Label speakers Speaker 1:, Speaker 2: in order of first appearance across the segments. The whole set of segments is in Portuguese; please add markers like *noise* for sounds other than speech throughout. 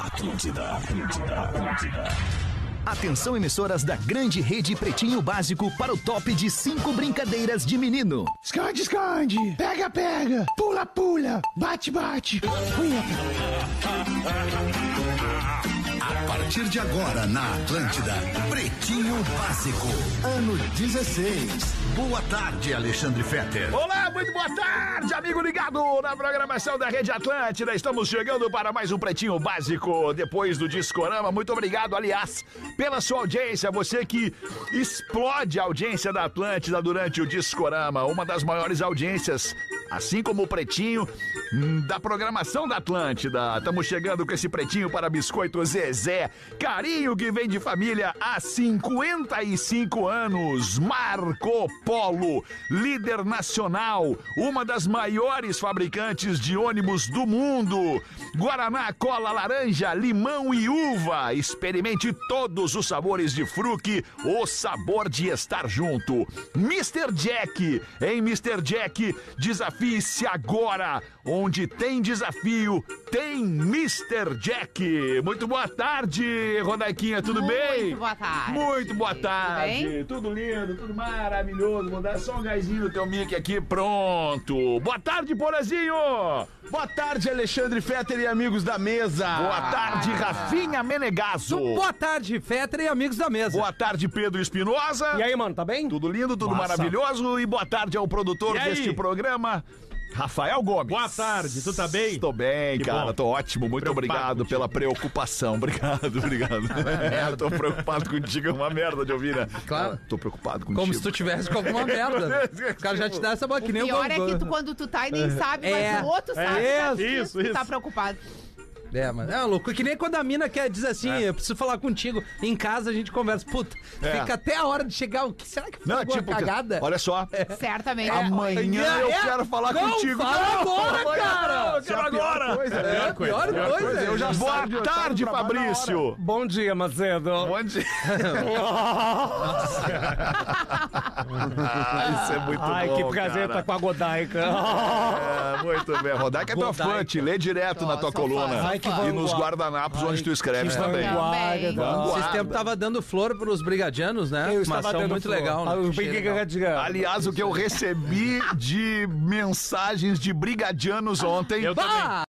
Speaker 1: Atlântida, Atlântida, Atlântida. Atenção, emissoras da grande rede Pretinho Básico para o top de cinco brincadeiras de menino.
Speaker 2: Esconde, esconde. Pega, pega. Pula, pula. Bate, bate.
Speaker 3: A partir de agora na Atlântida, Pretinho Básico, ano 16. Boa tarde, Alexandre Fetter.
Speaker 4: Olá, muito boa tarde, amigo ligado na programação da Rede Atlântida. Estamos chegando para mais um Pretinho Básico depois do Discorama. Muito obrigado, aliás, pela sua audiência. Você que explode a audiência da Atlântida durante o Discorama, uma das maiores audiências, assim como o Pretinho, hum, da programação da Atlântida. Estamos chegando com esse Pretinho para Biscoito Zezé. Carinho que vem de família há 55 anos. Marco Polo, líder nacional, uma das maiores fabricantes de ônibus do mundo. Guaraná, cola laranja, limão e uva. Experimente todos os sabores de fruque, o sabor de estar junto. Mr. Jack, em Mr. Jack, desafie-se agora. Onde tem desafio, tem Mr. Jack. Muito boa tarde, Rodaiquinha, tudo
Speaker 5: Muito
Speaker 4: bem?
Speaker 5: boa tarde.
Speaker 4: Muito boa tarde.
Speaker 5: bem?
Speaker 4: Tudo lindo, tudo maravilhoso. Vou dar só um gásinho no teu mic aqui, pronto. Boa tarde, Porazinho.
Speaker 2: Boa tarde, Alexandre Fetter e amigos da mesa.
Speaker 4: Boa tarde, Rafinha Menegaso.
Speaker 6: Boa tarde, Fetra e amigos da mesa.
Speaker 4: Boa tarde, Pedro Espinosa.
Speaker 6: E aí, mano, tá bem?
Speaker 4: Tudo lindo, tudo
Speaker 6: Massa.
Speaker 4: maravilhoso. E boa tarde ao produtor
Speaker 7: E aí?
Speaker 4: deste programa. Rafael Gomes.
Speaker 7: Boa tarde, tu tá bem?
Speaker 4: Tô bem,
Speaker 7: Que
Speaker 4: cara,
Speaker 7: bom.
Speaker 4: tô ótimo. Muito
Speaker 7: Preocupado
Speaker 4: obrigado
Speaker 7: contigo.
Speaker 4: pela preocupação. *laughs* Obrigado, obrigado. É, *laughs* tô preocupado contigo, é uma merda de ouvir, né?
Speaker 6: Claro.
Speaker 4: Tô preocupado contigo.
Speaker 6: Como se tu tivesse com *laughs* alguma merda. né? O cara já te dá essa bola que nem o né?
Speaker 5: Pior é que tu,
Speaker 6: Gordon.
Speaker 5: quando tu tá e nem sabe,
Speaker 6: É.
Speaker 5: mas o outro sabe.
Speaker 6: É
Speaker 5: sabe
Speaker 6: isso,
Speaker 5: disso, tu
Speaker 7: isso.
Speaker 5: tá preocupado.
Speaker 6: É, mas é louco. Que nem quando a mina quer, diz assim, eu preciso falar contigo. Em casa a gente conversa. Puta,
Speaker 4: É.
Speaker 6: fica até a hora de chegar. O que será que foi
Speaker 4: Não,
Speaker 6: alguma
Speaker 4: tipo,
Speaker 6: cagada?
Speaker 4: olha só.
Speaker 5: É, Certamente.
Speaker 4: Amanhã
Speaker 6: É,
Speaker 4: eu
Speaker 6: é.
Speaker 4: quero falar
Speaker 6: Não,
Speaker 4: contigo.
Speaker 6: fala agora,
Speaker 4: amanhã
Speaker 6: cara.
Speaker 4: não, eu quero agora.
Speaker 6: É,
Speaker 7: pior coisa,
Speaker 6: pior
Speaker 7: pior
Speaker 6: coisa.
Speaker 4: né? Eu já Boa tarde, Fabrício.
Speaker 6: Bom dia, Macedo.
Speaker 4: Bom dia. Isso é muito bom, cara.
Speaker 6: com a Godaica.
Speaker 4: É, muito bem. Rodaica é tua
Speaker 6: Rodaica.
Speaker 4: fã, te lê direto na tua
Speaker 5: sou
Speaker 4: coluna.
Speaker 5: fã,
Speaker 6: Ai, que
Speaker 4: e
Speaker 6: vanguarda.
Speaker 4: nos guardanapos onde tu escreves também.
Speaker 5: vanguarda.
Speaker 6: Vocês tempo tava dando flor pros brigadianos, né? Uma ação muito legal, né? Achei legal.
Speaker 4: Aliás, o que eu recebi de mensagens de brigadianos ontem.
Speaker 7: Eu
Speaker 6: Bah!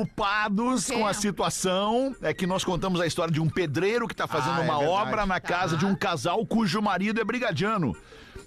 Speaker 4: Preocupados
Speaker 5: Quem
Speaker 4: com
Speaker 5: é?
Speaker 4: a situação, é que nós contamos a história de um pedreiro que tá fazendo
Speaker 2: Ah, é
Speaker 4: uma
Speaker 2: verdade.
Speaker 4: obra na casa de um casal cujo marido é brigadiano.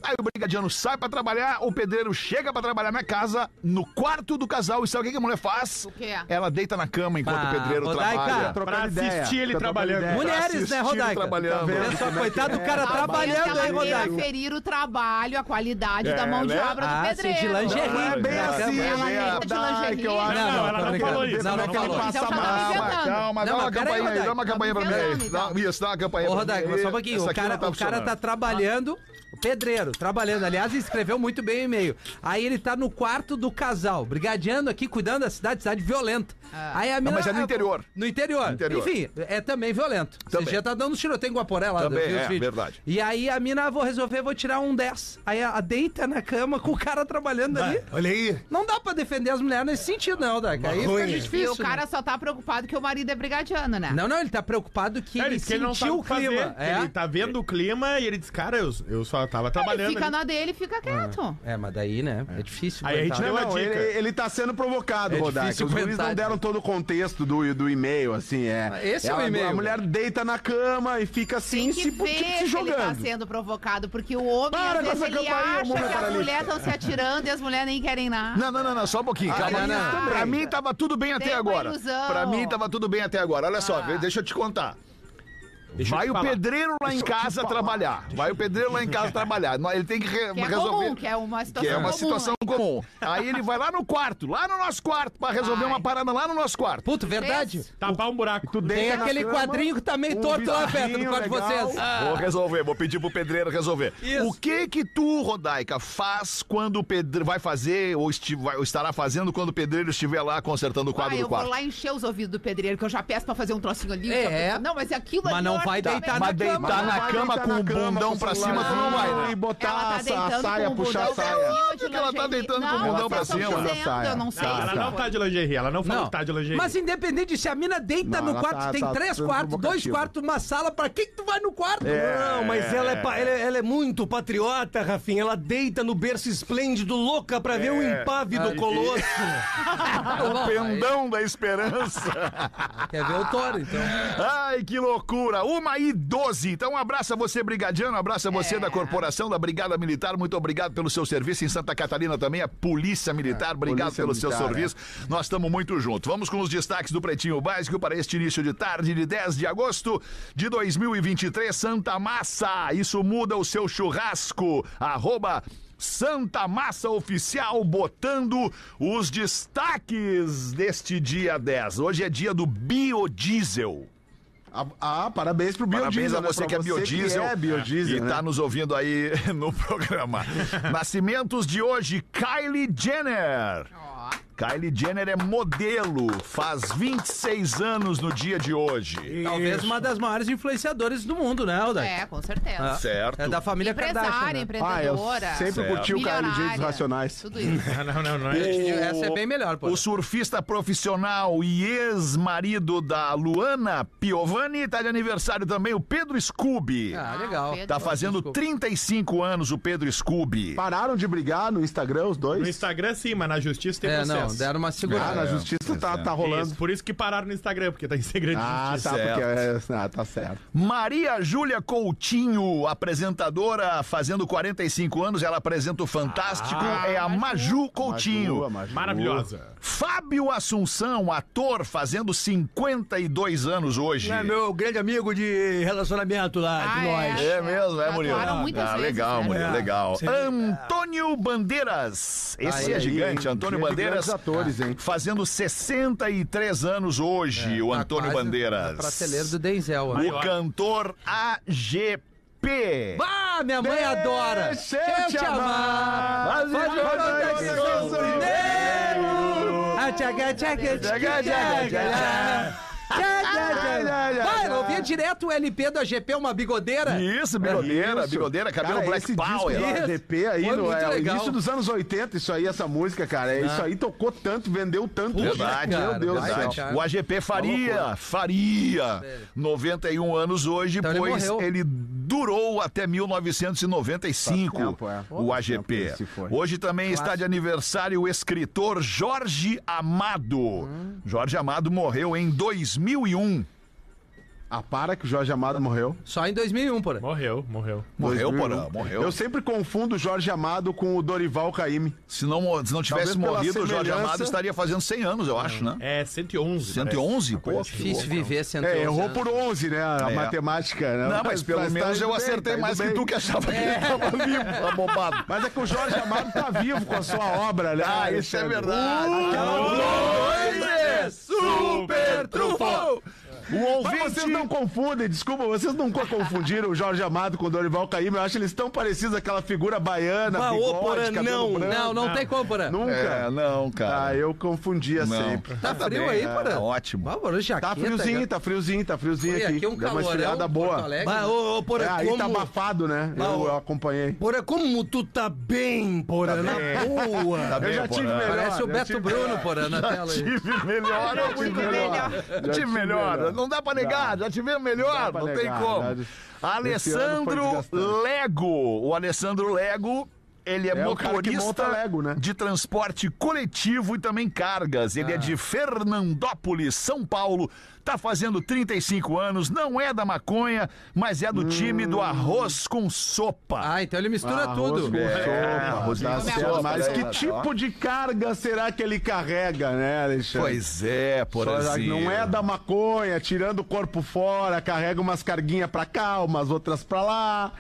Speaker 4: Aí o brigadiano sai pra trabalhar, o pedreiro chega pra trabalhar na casa, no quarto do casal, e sabe o que que a mulher faz? O
Speaker 5: quê?
Speaker 4: Ela deita na cama enquanto
Speaker 6: Ah,
Speaker 4: o pedreiro
Speaker 6: Rodaica,
Speaker 4: trabalha.
Speaker 2: Trocando
Speaker 7: Pra
Speaker 2: ideia,
Speaker 7: assistir ele
Speaker 2: trocando
Speaker 7: trabalhando.
Speaker 2: ideia.
Speaker 4: Mulher-
Speaker 6: Mulheres, né,
Speaker 4: assistindo,
Speaker 6: Rodaica?
Speaker 4: trabalhando.
Speaker 6: Olha só, coitado do cara trabalhando aí,
Speaker 5: ela
Speaker 6: Rodaica.
Speaker 5: queira ferir o trabalho, a qualidade
Speaker 4: É,
Speaker 5: da mão de
Speaker 4: né?
Speaker 5: obra
Speaker 6: Ah,
Speaker 5: do
Speaker 6: sim,
Speaker 5: pedreiro.
Speaker 6: de lingerie.
Speaker 4: Não é bem
Speaker 6: Não,
Speaker 4: assim,
Speaker 5: ela
Speaker 4: né?
Speaker 5: deita de
Speaker 4: Dai,
Speaker 5: lingerie.
Speaker 4: que eu acho-
Speaker 6: Não,
Speaker 7: Não, ela
Speaker 6: tô
Speaker 7: não
Speaker 6: brincando.
Speaker 7: falou isso,
Speaker 6: Não,
Speaker 7: ela
Speaker 6: não
Speaker 7: não
Speaker 6: falou.
Speaker 5: falou.
Speaker 4: Passa
Speaker 5: Então tá
Speaker 4: mal,
Speaker 5: me inventando.
Speaker 4: calma, dá
Speaker 6: Não,
Speaker 4: uma
Speaker 6: mas peraí,
Speaker 4: campainha aí, dá
Speaker 6: Rodaica,
Speaker 4: uma
Speaker 6: tá
Speaker 4: campainha pra mim
Speaker 5: inventando,
Speaker 4: aí.
Speaker 5: então.
Speaker 4: Dá- Isso, dá uma campainha
Speaker 6: Ô,
Speaker 4: pra mim
Speaker 6: Rodaica, mas
Speaker 4: aí.
Speaker 6: só um pouquinho.
Speaker 4: Essa
Speaker 6: O
Speaker 4: aqui
Speaker 6: cara,
Speaker 4: não tá
Speaker 6: o cara
Speaker 4: funcionando.
Speaker 6: tá trabalhando,
Speaker 5: Ah.
Speaker 6: o pedreiro, trabalhando. Aliás, escreveu muito bem o e-mail. Aí ele tá no quarto do casal, brigadiano aqui, cuidando da cidade, cidade violenta.
Speaker 5: Ah.
Speaker 6: Aí a mina,
Speaker 4: mas é no interior.
Speaker 6: No interior.
Speaker 4: Interior.
Speaker 6: Enfim, é também violento.
Speaker 4: Também.
Speaker 6: Você já tá dando tiroteio em Guaporé lá.
Speaker 4: Também,
Speaker 6: eu vi os
Speaker 4: é,
Speaker 6: vídeos.
Speaker 4: verdade.
Speaker 6: E aí a mina, ah, vou resolver, vou tirar um 10. Aí a, a deita na cama com o cara trabalhando ali.
Speaker 2: Olha aí.
Speaker 6: Não dá pra defender as mulheres nesse sentido, não, Daca. Aí
Speaker 2: Ruim.
Speaker 6: fica
Speaker 5: E
Speaker 6: É difícil.
Speaker 5: o cara só tá preocupado que o marido é brigadiano, né?
Speaker 6: Né? Não, não, ele tá preocupado que
Speaker 7: É,
Speaker 6: ele
Speaker 7: disse que ele não sabe
Speaker 6: sentiu
Speaker 7: o
Speaker 6: o
Speaker 7: que fazer,
Speaker 6: clima.
Speaker 7: que
Speaker 6: É.
Speaker 7: Ele tá vendo o clima e ele diz, cara, eu, eu só tava
Speaker 5: Ele
Speaker 7: trabalhando.
Speaker 5: fica
Speaker 7: ali.
Speaker 5: na dele e fica quieto.
Speaker 6: É, mas daí, né? É, difícil.
Speaker 7: Aí a
Speaker 6: aguentar.
Speaker 7: gente deu
Speaker 2: Não,
Speaker 7: a
Speaker 2: não,
Speaker 7: dica.
Speaker 2: ele, ele tá sendo provocado,
Speaker 6: É
Speaker 2: Rodaica.
Speaker 6: difícil
Speaker 2: Os juízes
Speaker 6: aguentar,
Speaker 2: não deram
Speaker 6: né?
Speaker 2: todo o contexto do, do e-mail, assim, é.
Speaker 6: Esse é o
Speaker 2: Ela-
Speaker 6: e-mail.
Speaker 2: A mulher deita na cama e fica assim,
Speaker 5: Tem
Speaker 2: se,
Speaker 5: que
Speaker 2: tipo,
Speaker 5: ver
Speaker 2: se
Speaker 5: se ele tá
Speaker 2: jogando.
Speaker 5: sendo provocado, porque o homem,
Speaker 2: Para
Speaker 5: às
Speaker 2: com
Speaker 5: vezes,
Speaker 2: essa
Speaker 5: ele
Speaker 2: campainha,
Speaker 5: acha
Speaker 2: mulher
Speaker 5: que as
Speaker 2: paralítica.
Speaker 5: mulheres estão se atirando e as mulheres nem querem nada.
Speaker 4: Não, não, não, não, só um
Speaker 5: Ah,
Speaker 4: pouquinho. calma.
Speaker 6: não, não.
Speaker 4: Pra mim tava tudo bem até
Speaker 5: Tem uma
Speaker 4: agora.
Speaker 5: ilusão. Ah.
Speaker 4: Pra mim tava tudo bem até agora. Olha só, deixa eu te contar.
Speaker 7: Deixa eu
Speaker 4: Vai
Speaker 7: te
Speaker 4: o
Speaker 7: falar.
Speaker 4: pedreiro lá em casa trabalhar. Vai o pedreiro lá em
Speaker 7: *laughs*
Speaker 4: casa trabalhar. Não, Ele tem que re-
Speaker 5: Que é
Speaker 4: resolver.
Speaker 5: comum, que é uma
Speaker 4: Que
Speaker 5: situação
Speaker 4: é uma
Speaker 5: comum,
Speaker 4: situação
Speaker 5: né?
Speaker 4: comum. Aí ele vai lá no quarto, lá no nosso quarto, pra resolver
Speaker 5: Vai.
Speaker 4: uma parada lá no nosso quarto.
Speaker 6: Puta, verdade.
Speaker 5: Fez?
Speaker 7: Tapar um buraco.
Speaker 2: Tu
Speaker 6: Tem
Speaker 2: deita na
Speaker 6: aquele
Speaker 2: cama,
Speaker 6: quadrinho que tá meio
Speaker 2: um
Speaker 6: torto lá, Beto, no
Speaker 2: bizarrinho
Speaker 6: quarto de
Speaker 2: legal.
Speaker 6: vocês.
Speaker 5: Ah.
Speaker 4: Vou resolver, vou pedir pro pedreiro resolver.
Speaker 6: Isso.
Speaker 4: O que que tu, Rodaica, faz quando o pedreiro vai fazer ou, esti- vai- ou estará fazendo quando o pedreiro estiver lá consertando o quadro
Speaker 5: Ah,
Speaker 4: do
Speaker 5: eu vou
Speaker 4: quarto?
Speaker 5: lá encher os ouvidos do pedreiro, que eu já peço pra fazer um trocinho ali.
Speaker 6: É.
Speaker 5: já- Não, mas aquilo
Speaker 6: Mas
Speaker 5: ali,
Speaker 6: não não vai
Speaker 5: também.
Speaker 6: deitar na
Speaker 4: Mas
Speaker 6: cama.
Speaker 4: deitar Tá na
Speaker 2: vai
Speaker 4: cama
Speaker 2: deitar
Speaker 4: com
Speaker 2: na
Speaker 4: o
Speaker 2: cama
Speaker 4: bundão
Speaker 2: com o
Speaker 4: pra cima,
Speaker 2: celular
Speaker 4: tu não vai, né?
Speaker 2: E botar
Speaker 5: Ela tá
Speaker 2: a sa- a,
Speaker 5: deitando
Speaker 2: saia,
Speaker 5: com o
Speaker 2: puxar a
Speaker 5: bundão.
Speaker 2: saia.
Speaker 5: Não,
Speaker 4: Onde que ela tá
Speaker 5: lingerie.
Speaker 4: deitando com o
Speaker 5: Não,
Speaker 4: bundão
Speaker 5: vocês
Speaker 4: pra
Speaker 5: estão
Speaker 4: cima?
Speaker 5: dizendo, eu não sei.
Speaker 7: Não, ela não tá de lingerie, ela não falou
Speaker 6: Não,
Speaker 7: que tá de lingerie.
Speaker 6: mas independente de se a mina deita
Speaker 2: Não,
Speaker 6: no
Speaker 2: ela
Speaker 6: quarto,
Speaker 2: tá-
Speaker 6: tem
Speaker 2: tá
Speaker 6: três
Speaker 2: sendo
Speaker 6: quartos, dois
Speaker 2: provocativa.
Speaker 6: quartos, uma sala, pra que que tu vai no quarto?
Speaker 8: Não, mas ela é, pa- ela é- ela é muito patriota, Rafinha. Ela deita no berço esplêndido, louca pra
Speaker 2: É.
Speaker 8: ver o impávido colosso.
Speaker 4: O pendão da esperança.
Speaker 6: *laughs* Quer ver o touro, então.
Speaker 4: Ai, que loucura! Uma e 12. Então, um abraço a você, Brigadiano, um abraço a
Speaker 2: É.
Speaker 4: você da corporação, da Brigada Militar. Muito obrigado pelo seu serviço em Santa Catarina também, a Polícia Militar. Obrigado
Speaker 2: É, Polícia
Speaker 4: pelo seu
Speaker 2: Militar, é.
Speaker 4: serviço. Nós estamos muito juntos. Vamos com os destaques do Pretinho Básico para este início de tarde de 10 de agosto de 2023. Santa Massa, isso muda o seu churrasco. Arroba Santa Massa Oficial, botando os destaques deste dia 10. Hoje é dia do biodiesel.
Speaker 2: Ah, ah, parabéns pro
Speaker 4: Parabéns
Speaker 2: biodiesel.
Speaker 4: a você
Speaker 2: né?
Speaker 4: que
Speaker 2: Pra
Speaker 4: é biodiesel,
Speaker 2: é biodiesel,
Speaker 4: e
Speaker 2: né?
Speaker 4: tá nos ouvindo aí *laughs*
Speaker 2: *laughs*
Speaker 4: no programa. Nascimentos de hoje, Kylie Jenner. Kylie Jenner é modelo, faz 26 anos no dia de hoje.
Speaker 6: Talvez uma das maiores influenciadoras do mundo, né, Alda?
Speaker 5: É, com certeza.
Speaker 4: Certo.
Speaker 6: É da família
Speaker 5: Empresária,
Speaker 6: Kardashian. né?
Speaker 2: Ah, eu
Speaker 5: empreendedora.
Speaker 2: sempre
Speaker 4: Certo.
Speaker 2: curti o Kylie J dos
Speaker 5: É. milionária,
Speaker 2: Racionais.
Speaker 5: Tudo
Speaker 2: *laughs*
Speaker 5: isso.
Speaker 7: Ah, não, não, não é.
Speaker 6: Essa é bem melhor, pô.
Speaker 4: O surfista profissional e ex-marido da Luana Piovani tá de aniversário também, o Pedro Scubi.
Speaker 6: Ah, legal.
Speaker 5: Pedro.
Speaker 4: Tá fazendo 35 anos o Pedro Scubi.
Speaker 2: Pararam de brigar no Instagram, os
Speaker 7: No
Speaker 2: dois?
Speaker 7: Instagram sim, mas na justiça tem
Speaker 6: É, não,
Speaker 7: processo.
Speaker 6: deram uma
Speaker 2: Ah, na
Speaker 4: É.
Speaker 6: segurada.
Speaker 2: justiça tá, tá
Speaker 7: Isso,
Speaker 2: rolando.
Speaker 7: por isso que pararam no Instagram, porque tá em segredo de
Speaker 2: Ah,
Speaker 7: justiça.
Speaker 2: tá, porque é, ah, tá certo.
Speaker 4: Maria Júlia Coutinho, apresentadora, fazendo 45 anos, ela apresenta o Fantástico, é a Maju Coutinho.
Speaker 2: Boa, Maju.
Speaker 7: Maravilhosa.
Speaker 4: Fábio Assunção, ator, fazendo 52 anos hoje.
Speaker 8: É meu grande amigo de relacionamento lá, de nós.
Speaker 4: É mesmo, é,
Speaker 5: Atuaram
Speaker 4: Murilo?
Speaker 5: muitas
Speaker 4: ah,
Speaker 5: vezes,
Speaker 4: legal,
Speaker 5: né?
Speaker 4: Murilo,
Speaker 8: É.
Speaker 4: legal.
Speaker 8: Sim.
Speaker 4: Antônio Bandeiras, esse é
Speaker 2: Aí,
Speaker 4: gigante,
Speaker 2: hein?
Speaker 4: Antônio
Speaker 2: Dia de
Speaker 4: Bandeiras.
Speaker 2: grandes atores, hein?
Speaker 4: Fazendo 63 anos hoje, o
Speaker 6: Tá
Speaker 4: Antônio
Speaker 6: quase
Speaker 4: Bandeiras.
Speaker 6: na Prateleira do Denzel. né?
Speaker 4: O cantor AGP.
Speaker 6: Ah, minha mãe adora!
Speaker 2: Deixa
Speaker 6: eu
Speaker 2: eu
Speaker 6: te
Speaker 2: te
Speaker 6: amar!
Speaker 2: amar.
Speaker 6: Faz
Speaker 2: Faz
Speaker 6: o
Speaker 2: o
Speaker 6: que
Speaker 2: meu
Speaker 6: eu primeiro! Ah, tchaga, tchaga, tchaga,
Speaker 2: Tchaga, tchaga,
Speaker 6: tchaga.
Speaker 2: É,
Speaker 6: Tchaga, tchaga. Vai, eu ouvia direto o LP do AGP, uma bigodeira.
Speaker 4: Isso, bigodeira, bigodeira, cabelo
Speaker 2: É Cara,
Speaker 4: Black
Speaker 2: esse
Speaker 4: Power.
Speaker 2: disco do ADP aí, é
Speaker 6: Foi
Speaker 2: no,
Speaker 6: muito
Speaker 2: é, o
Speaker 6: legal.
Speaker 2: início dos anos 80, isso aí, essa música, cara.
Speaker 4: Né?
Speaker 2: é, Isso aí tocou tanto, vendeu tanto.
Speaker 4: Verdade,
Speaker 6: cara,
Speaker 2: meu Deus do
Speaker 6: verdade.
Speaker 2: céu.
Speaker 6: cara.
Speaker 4: O
Speaker 2: Tá
Speaker 4: AGP Faria, Faria, 91 anos hoje,
Speaker 6: Então ele
Speaker 4: pois
Speaker 6: morreu.
Speaker 4: ele, durou até 1995,
Speaker 2: Faz tempo, é.
Speaker 4: o AGP.
Speaker 2: tempo que se foi.
Speaker 4: Hoje também está de aniversário o escritor Jorge Amado.
Speaker 2: Hum.
Speaker 4: Jorge Amado morreu em 2001.
Speaker 2: Ah, para que o Jorge Amado morreu.
Speaker 6: Só em 2001, porra.
Speaker 7: Morreu, morreu.
Speaker 4: Morreu,
Speaker 2: 2001.
Speaker 4: porra, morreu.
Speaker 2: Eu sempre confundo o Jorge Amado com o Dorival Caymmi.
Speaker 4: Se não, mo- se não tivesse
Speaker 2: Talvez pela
Speaker 4: morrido, o Jorge
Speaker 2: semelhança-
Speaker 4: Amado estaria fazendo 100 anos, eu acho, né?
Speaker 7: É 111. parece.
Speaker 4: 111?
Speaker 7: Uma coisa
Speaker 4: Pô,
Speaker 7: assim.
Speaker 6: Difícil viver sendo.
Speaker 2: É, errou por 11, né? A
Speaker 4: É.
Speaker 2: matemática, né?
Speaker 4: Não, mas pelo
Speaker 2: tá
Speaker 4: menos
Speaker 2: indo
Speaker 4: eu
Speaker 2: bem,
Speaker 4: acertei
Speaker 2: tá indo
Speaker 4: mais que
Speaker 2: bem. É.
Speaker 4: tu tá que achava que ele tava vivo, abobado.
Speaker 2: Mas é que o Jorge Amado tá vivo com a sua obra, né?
Speaker 4: Ah, isso é
Speaker 2: Alexandre?
Speaker 4: verdade.
Speaker 7: Super trufo!
Speaker 4: O
Speaker 2: Mas
Speaker 4: ouvinte...
Speaker 2: vocês não confundem, desculpa, vocês nunca confundiram o Jorge Amado com o Dorival Caymmi. Eu acho eles tão parecidos aquela figura baiana,
Speaker 8: Bah, Ah, ô, Porã,
Speaker 2: bigode, cabelo
Speaker 8: não,
Speaker 2: branco.
Speaker 6: Não, não tem como, porra.
Speaker 2: Nunca.
Speaker 4: É, não, cara.
Speaker 2: Ah, eu confundia
Speaker 4: Não. é
Speaker 2: sempre.
Speaker 6: Tá frio
Speaker 4: bem,
Speaker 6: aí,
Speaker 4: é,
Speaker 6: porra?
Speaker 4: tá ótimo.
Speaker 6: Bárbaro,
Speaker 2: Tá friozinho, tá friozinho, tá friozinho
Speaker 6: E
Speaker 2: aqui.
Speaker 6: aqui é um
Speaker 2: Deu uma
Speaker 6: calorão.
Speaker 2: esfriada
Speaker 6: Porto
Speaker 2: boa.
Speaker 6: Alegre. né?
Speaker 8: Bah, ô, ô,
Speaker 2: É,
Speaker 8: Porã,
Speaker 2: aí tá
Speaker 8: como...
Speaker 2: abafado, né?
Speaker 8: Bah,
Speaker 2: Eu,
Speaker 8: ô.
Speaker 2: eu acompanhei.
Speaker 8: Porã, como tu tá bem, Porã, na boa.
Speaker 4: Tá bem,
Speaker 2: já tive
Speaker 4: Porã.
Speaker 2: melhor.
Speaker 6: Parece o
Speaker 2: eu
Speaker 6: Beto
Speaker 2: tive-
Speaker 6: Bruno, porra, na tela aí.
Speaker 4: Tive melhor, eu tive
Speaker 5: Muito
Speaker 4: melhor.
Speaker 5: melhor.
Speaker 4: Já tive melhor. Não dá pra negar, já tive melhor,
Speaker 2: dá pra
Speaker 4: não tem
Speaker 2: negar,
Speaker 4: como.
Speaker 2: né?
Speaker 4: Alessandro
Speaker 2: ano foi desgastante.
Speaker 4: Lego. O Alessandro Lego. Ele é,
Speaker 2: É o cara que
Speaker 4: motorista
Speaker 2: monta Lego, né?
Speaker 4: de transporte coletivo e também cargas. Ele é
Speaker 2: Ah.
Speaker 4: de Fernandópolis, São Paulo. Tá fazendo 35 anos, não é da maconha, mas é do time
Speaker 2: Hum.
Speaker 4: do arroz com sopa.
Speaker 6: Ah, então ele mistura
Speaker 2: Arroz
Speaker 6: tudo. É,
Speaker 2: com sopa,
Speaker 4: arroz
Speaker 2: tá
Speaker 4: com
Speaker 2: certo.
Speaker 5: sopa,
Speaker 2: Mas
Speaker 4: olha
Speaker 2: que
Speaker 4: só.
Speaker 2: tipo de carga será que ele carrega, né, Alexandre?
Speaker 4: Pois é, por
Speaker 2: Só- Não é da maconha, tirando o corpo fora, carrega umas carguinhas pra cá, umas outras pra lá.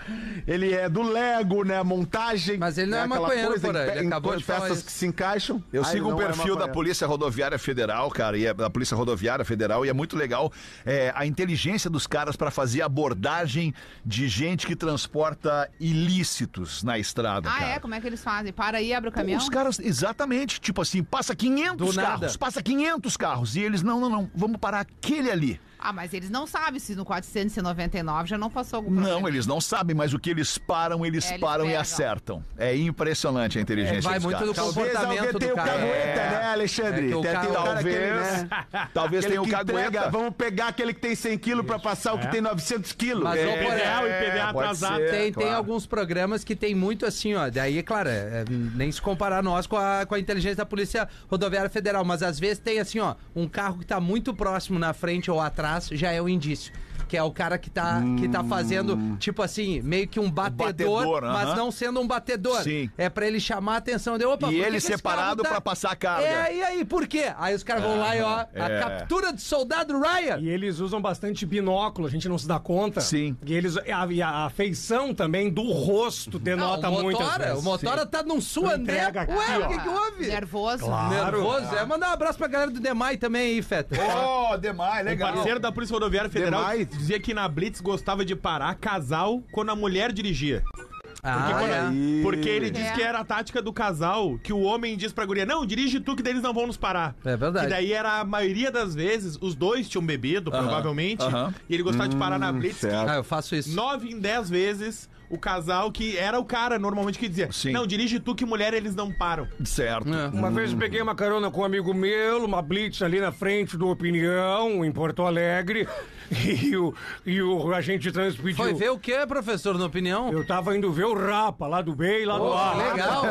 Speaker 2: Ele é do Lego, né? Montagem.
Speaker 6: Mas ele não é,
Speaker 2: aquela
Speaker 6: maconheiro,
Speaker 2: coisa
Speaker 6: porra.
Speaker 2: em-
Speaker 6: Ele
Speaker 2: em
Speaker 6: acabou de falar
Speaker 2: festas
Speaker 6: isso.
Speaker 2: que se encaixam.
Speaker 6: Ah,
Speaker 4: Eu
Speaker 2: aí
Speaker 4: sigo o
Speaker 2: não é
Speaker 4: perfil da
Speaker 2: maconheiro.
Speaker 4: Polícia Rodoviária Federal, cara, e é da Polícia Rodoviária Federal, e é muito legal é, a inteligência dos caras pra fazer abordagem de gente que transporta ilícitos na estrada.
Speaker 5: Ah,
Speaker 4: cara.
Speaker 5: é? Como é que eles fazem? Para aí, abre o caminhão?
Speaker 4: Os caras, exatamente, tipo assim, passa 500
Speaker 6: Do
Speaker 4: carros,
Speaker 6: nada.
Speaker 4: passa 500 carros, e eles, não, não, não, vamos parar aquele ali.
Speaker 5: Ah, mas eles não sabem se no 499 já não passou algum
Speaker 4: Não,
Speaker 5: problema.
Speaker 4: eles não sabem, mas o que eles param, eles,
Speaker 5: É, eles
Speaker 4: param e
Speaker 5: pegam.
Speaker 4: acertam. É impressionante a inteligência
Speaker 6: É, vai
Speaker 4: dos
Speaker 6: muito
Speaker 4: caras.
Speaker 6: do
Speaker 4: Tal-
Speaker 2: Talvez alguém
Speaker 6: comportamento do
Speaker 2: tenha o
Speaker 6: cara.
Speaker 2: cagueta, né, Alexandre?
Speaker 6: É que o
Speaker 2: Tem- tem
Speaker 6: cara-
Speaker 2: o cara aquele,
Speaker 4: Talvez,
Speaker 2: né?
Speaker 4: talvez
Speaker 2: Aquele
Speaker 4: tenha o
Speaker 2: que entrega,
Speaker 4: um cagueta.
Speaker 2: vamos pegar aquele que tem 100 quilos pra passar o que tem 900 quilos.
Speaker 6: Mas, ô, porra,
Speaker 7: IPVA, o IPVA
Speaker 4: pode
Speaker 7: atrasado.
Speaker 4: ser.
Speaker 6: tem, tem
Speaker 4: É, claro.
Speaker 6: alguns programas que tem muito assim, ó. Daí, é claro, é, é, nem se comparar nós com a, com a inteligência da Polícia Rodoviária Federal, mas às vezes tem assim, ó, um carro que tá muito próximo na frente ou atrás, já é o indício. Que é o cara que tá, que tá fazendo, tipo assim, meio que um batedor,
Speaker 4: Hum. batedor,
Speaker 6: mas
Speaker 4: aham.
Speaker 6: não sendo um batedor.
Speaker 4: Sim.
Speaker 6: É pra ele chamar a atenção de, opa,
Speaker 4: E
Speaker 6: por que
Speaker 4: ele
Speaker 6: que esse
Speaker 4: separado
Speaker 6: carro tá
Speaker 4: pra passar a carga.
Speaker 6: É, e aí, por quê? Aí os caras vão lá e ó,
Speaker 4: é.
Speaker 6: a captura do soldado Ryan.
Speaker 9: E eles usam bastante binóculo, a gente não se dá conta.
Speaker 4: Sim.
Speaker 9: E, eles, e a, e a feição também do rosto
Speaker 6: Não,
Speaker 9: denota
Speaker 6: Ah, o
Speaker 9: muito.
Speaker 6: motora, o motora tá num suandé.
Speaker 9: Entrega aqui,
Speaker 6: Ué,
Speaker 9: ó.
Speaker 6: o que, que houve?
Speaker 5: Ah, Nervoso.
Speaker 6: Nervoso, é. Mandar um abraço pra galera do Demai também aí, Feta.
Speaker 4: Ó, demais,
Speaker 6: é
Speaker 7: Um
Speaker 4: legal.
Speaker 7: parceiro da Polícia Rodoviária Federal
Speaker 2: Demais.
Speaker 7: dizia que na Blitz gostava de parar casal quando a mulher dirigia. Porque,
Speaker 6: Ah,
Speaker 7: quando-
Speaker 6: é.
Speaker 7: porque ele diz
Speaker 5: É.
Speaker 7: que era a tática do casal, que o homem diz pra guria, não, dirige tu que daí eles não vão nos parar.
Speaker 6: É verdade.
Speaker 7: E daí era a maioria das vezes, os dois tinham bebido, provavelmente,
Speaker 4: aham.
Speaker 7: e ele gostava de parar na Blitz. que
Speaker 6: Ah, eu faço isso.
Speaker 7: Nove em dez vezes, o casal que era o cara normalmente que dizia,
Speaker 4: Sim.
Speaker 7: não, dirige tu que mulher eles não param.
Speaker 4: Certo.
Speaker 6: É.
Speaker 9: Uma vez eu peguei uma carona com um amigo meu, uma blitz ali na frente do Opinião, em Porto Alegre, *laughs* e o, e o agente de trânsito pediu.
Speaker 6: Foi ver o que, professor, na opinião?
Speaker 9: Eu tava indo ver o Rapa lá do Bey, lá do
Speaker 6: Pô,
Speaker 9: Ar.
Speaker 6: legal.
Speaker 2: Ah,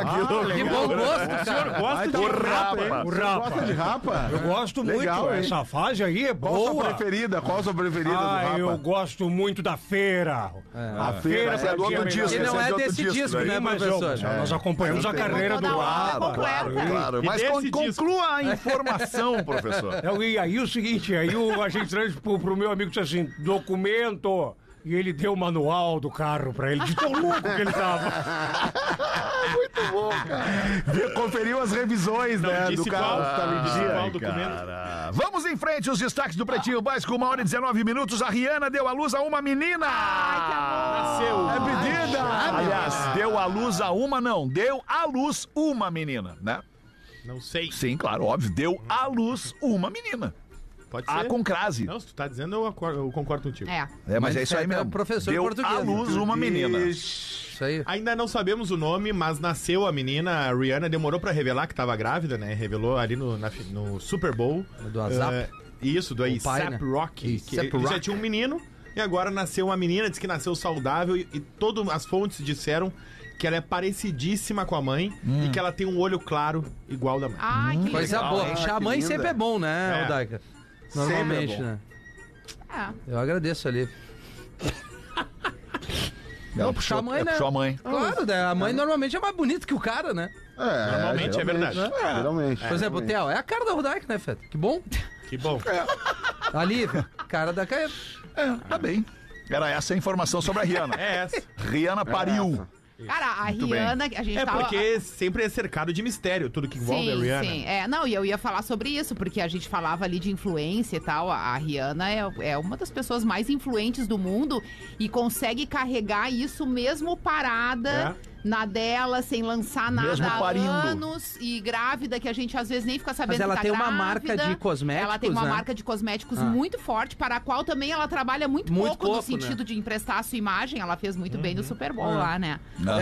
Speaker 6: que bom
Speaker 9: É,
Speaker 6: gosto, cara.
Speaker 7: Gosta É
Speaker 2: tá
Speaker 7: de
Speaker 4: O
Speaker 7: rapa,
Speaker 4: rapa.
Speaker 9: O
Speaker 2: Gosta de
Speaker 9: Rapa.
Speaker 2: rapa?
Speaker 9: Eu gosto
Speaker 2: Ah, Legal,
Speaker 9: muito,
Speaker 2: hein?
Speaker 9: essa fase aí é boa.
Speaker 2: Qual a sua preferida? Qual a sua preferida
Speaker 9: Ah,
Speaker 2: do
Speaker 9: eu
Speaker 2: rapa?
Speaker 9: gosto muito da feira.
Speaker 2: A feira,
Speaker 9: Essa é
Speaker 2: pra
Speaker 9: do
Speaker 2: mim melhor.
Speaker 9: outro disco,
Speaker 6: Que
Speaker 9: esse
Speaker 6: não
Speaker 4: é de
Speaker 6: é
Speaker 4: outro
Speaker 6: desse
Speaker 4: disco,
Speaker 6: disco,
Speaker 4: daí.
Speaker 6: né,
Speaker 9: Sim, mas eu-
Speaker 6: professor?
Speaker 9: nós acompanhamos
Speaker 2: É.
Speaker 9: a carreira do
Speaker 5: Toda
Speaker 2: um
Speaker 9: Rapa.
Speaker 5: hora completa.
Speaker 4: Claro, mas
Speaker 7: desse
Speaker 4: con-
Speaker 7: disco.
Speaker 4: conclua
Speaker 7: *laughs*
Speaker 4: a informação, professor.
Speaker 9: Então, e aí o seguinte, aí o agente de trânsito pro, pro meu amigo disse assim, documento. E ele deu o manual do carro pra ele, de tão louco que ele tava.
Speaker 2: Vê- Conferiu as revisões
Speaker 4: É,
Speaker 2: né, do
Speaker 7: disse
Speaker 2: carro
Speaker 7: qual. Tá
Speaker 2: que
Speaker 4: tá
Speaker 2: tava em dia.
Speaker 7: Qual documento?
Speaker 4: Cara, Vamos em frente, os destaques do Pretinho Básico, uma hora e 19 minutos. A Rihanna deu à luz a uma menina. Ai, que amor. Nasceu. É pedida. Aliás, deu à luz a uma, não. Deu à luz uma menina, né?
Speaker 7: Não sei.
Speaker 4: Sim, claro, óbvio. Deu à luz uma menina.
Speaker 7: Pode ser.
Speaker 4: A Ah, com crase.
Speaker 7: Não, se tu tá dizendo, eu, acor- eu concordo contigo.
Speaker 5: É.
Speaker 4: É, mas é então.
Speaker 6: Mas
Speaker 4: isso aí
Speaker 6: é
Speaker 4: mesmo.
Speaker 6: professor
Speaker 4: deu
Speaker 6: português,
Speaker 4: à luz uma menina.
Speaker 6: Isso aí.
Speaker 7: Ainda não sabemos o nome, mas nasceu a menina. A Rihanna demorou pra revelar que tava grávida, né? Revelou ali no, na fi- no Super Bowl.
Speaker 6: Do ASAP.
Speaker 7: Eh, isso, do ASAP
Speaker 6: pai, né?
Speaker 7: Rock.
Speaker 6: A$AP
Speaker 7: Que ele já
Speaker 6: Rocky.
Speaker 7: tinha um menino e agora nasceu uma menina. Diz que nasceu saudável e, e todas as fontes disseram que ela é parecidíssima com a mãe e que ela tem um olho claro igual da mãe.
Speaker 5: Ai, que
Speaker 6: Coisa
Speaker 5: legal.
Speaker 6: boa. Chamar a mãe
Speaker 2: linda.
Speaker 6: sempre é bom, né,
Speaker 7: É.
Speaker 6: Aldaica? Normalmente,
Speaker 2: Sempre é bom.
Speaker 6: né?
Speaker 5: É.
Speaker 6: Eu agradeço ali.
Speaker 4: Ela
Speaker 6: puxou a mãe,
Speaker 4: é,
Speaker 6: né?
Speaker 4: Puxou a mãe.
Speaker 6: Claro, né? A mãe normalmente é mais bonita que o cara, né?
Speaker 2: É,
Speaker 7: Normalmente, é
Speaker 2: geralmente,
Speaker 7: verdade.
Speaker 2: né? Geralmente.
Speaker 6: Por exemplo, o Theo, é a cara da Rodaica, né, Feta? Que bom.
Speaker 7: Que bom.
Speaker 6: Ali, cara da cara.
Speaker 4: É, tá bem. Era essa a informação sobre a Rihanna.
Speaker 7: É essa.
Speaker 4: Rihanna pariu.
Speaker 5: Cara, a
Speaker 4: bem.
Speaker 5: Rihanna, que Então, a gente
Speaker 7: É
Speaker 5: tava...
Speaker 7: porque sempre é cercado de mistério tudo que envolve a Rihanna.
Speaker 5: Sim, é. Não, e eu ia falar sobre isso, porque a gente falava ali de influência e tal. A, a Rihanna é, é uma das pessoas mais influentes do mundo e consegue carregar isso mesmo
Speaker 6: É.
Speaker 5: parada. Na dela, sem lançar nada
Speaker 4: Mesmo
Speaker 5: há
Speaker 4: parindo.
Speaker 5: anos e grávida, que a gente às vezes nem fica sabendo
Speaker 6: Mas ela
Speaker 5: que tá
Speaker 6: tem uma
Speaker 5: grávida.
Speaker 6: marca de cosméticos,
Speaker 5: Ela tem uma
Speaker 6: né?
Speaker 5: marca de cosméticos
Speaker 6: Ah.
Speaker 5: muito forte, para a qual também ela trabalha muito,
Speaker 6: Muito
Speaker 5: pouco,
Speaker 6: pouco, né?
Speaker 5: no sentido de emprestar a sua imagem. Ela fez muito bem no Super Bowl
Speaker 6: Ah.
Speaker 5: lá, né?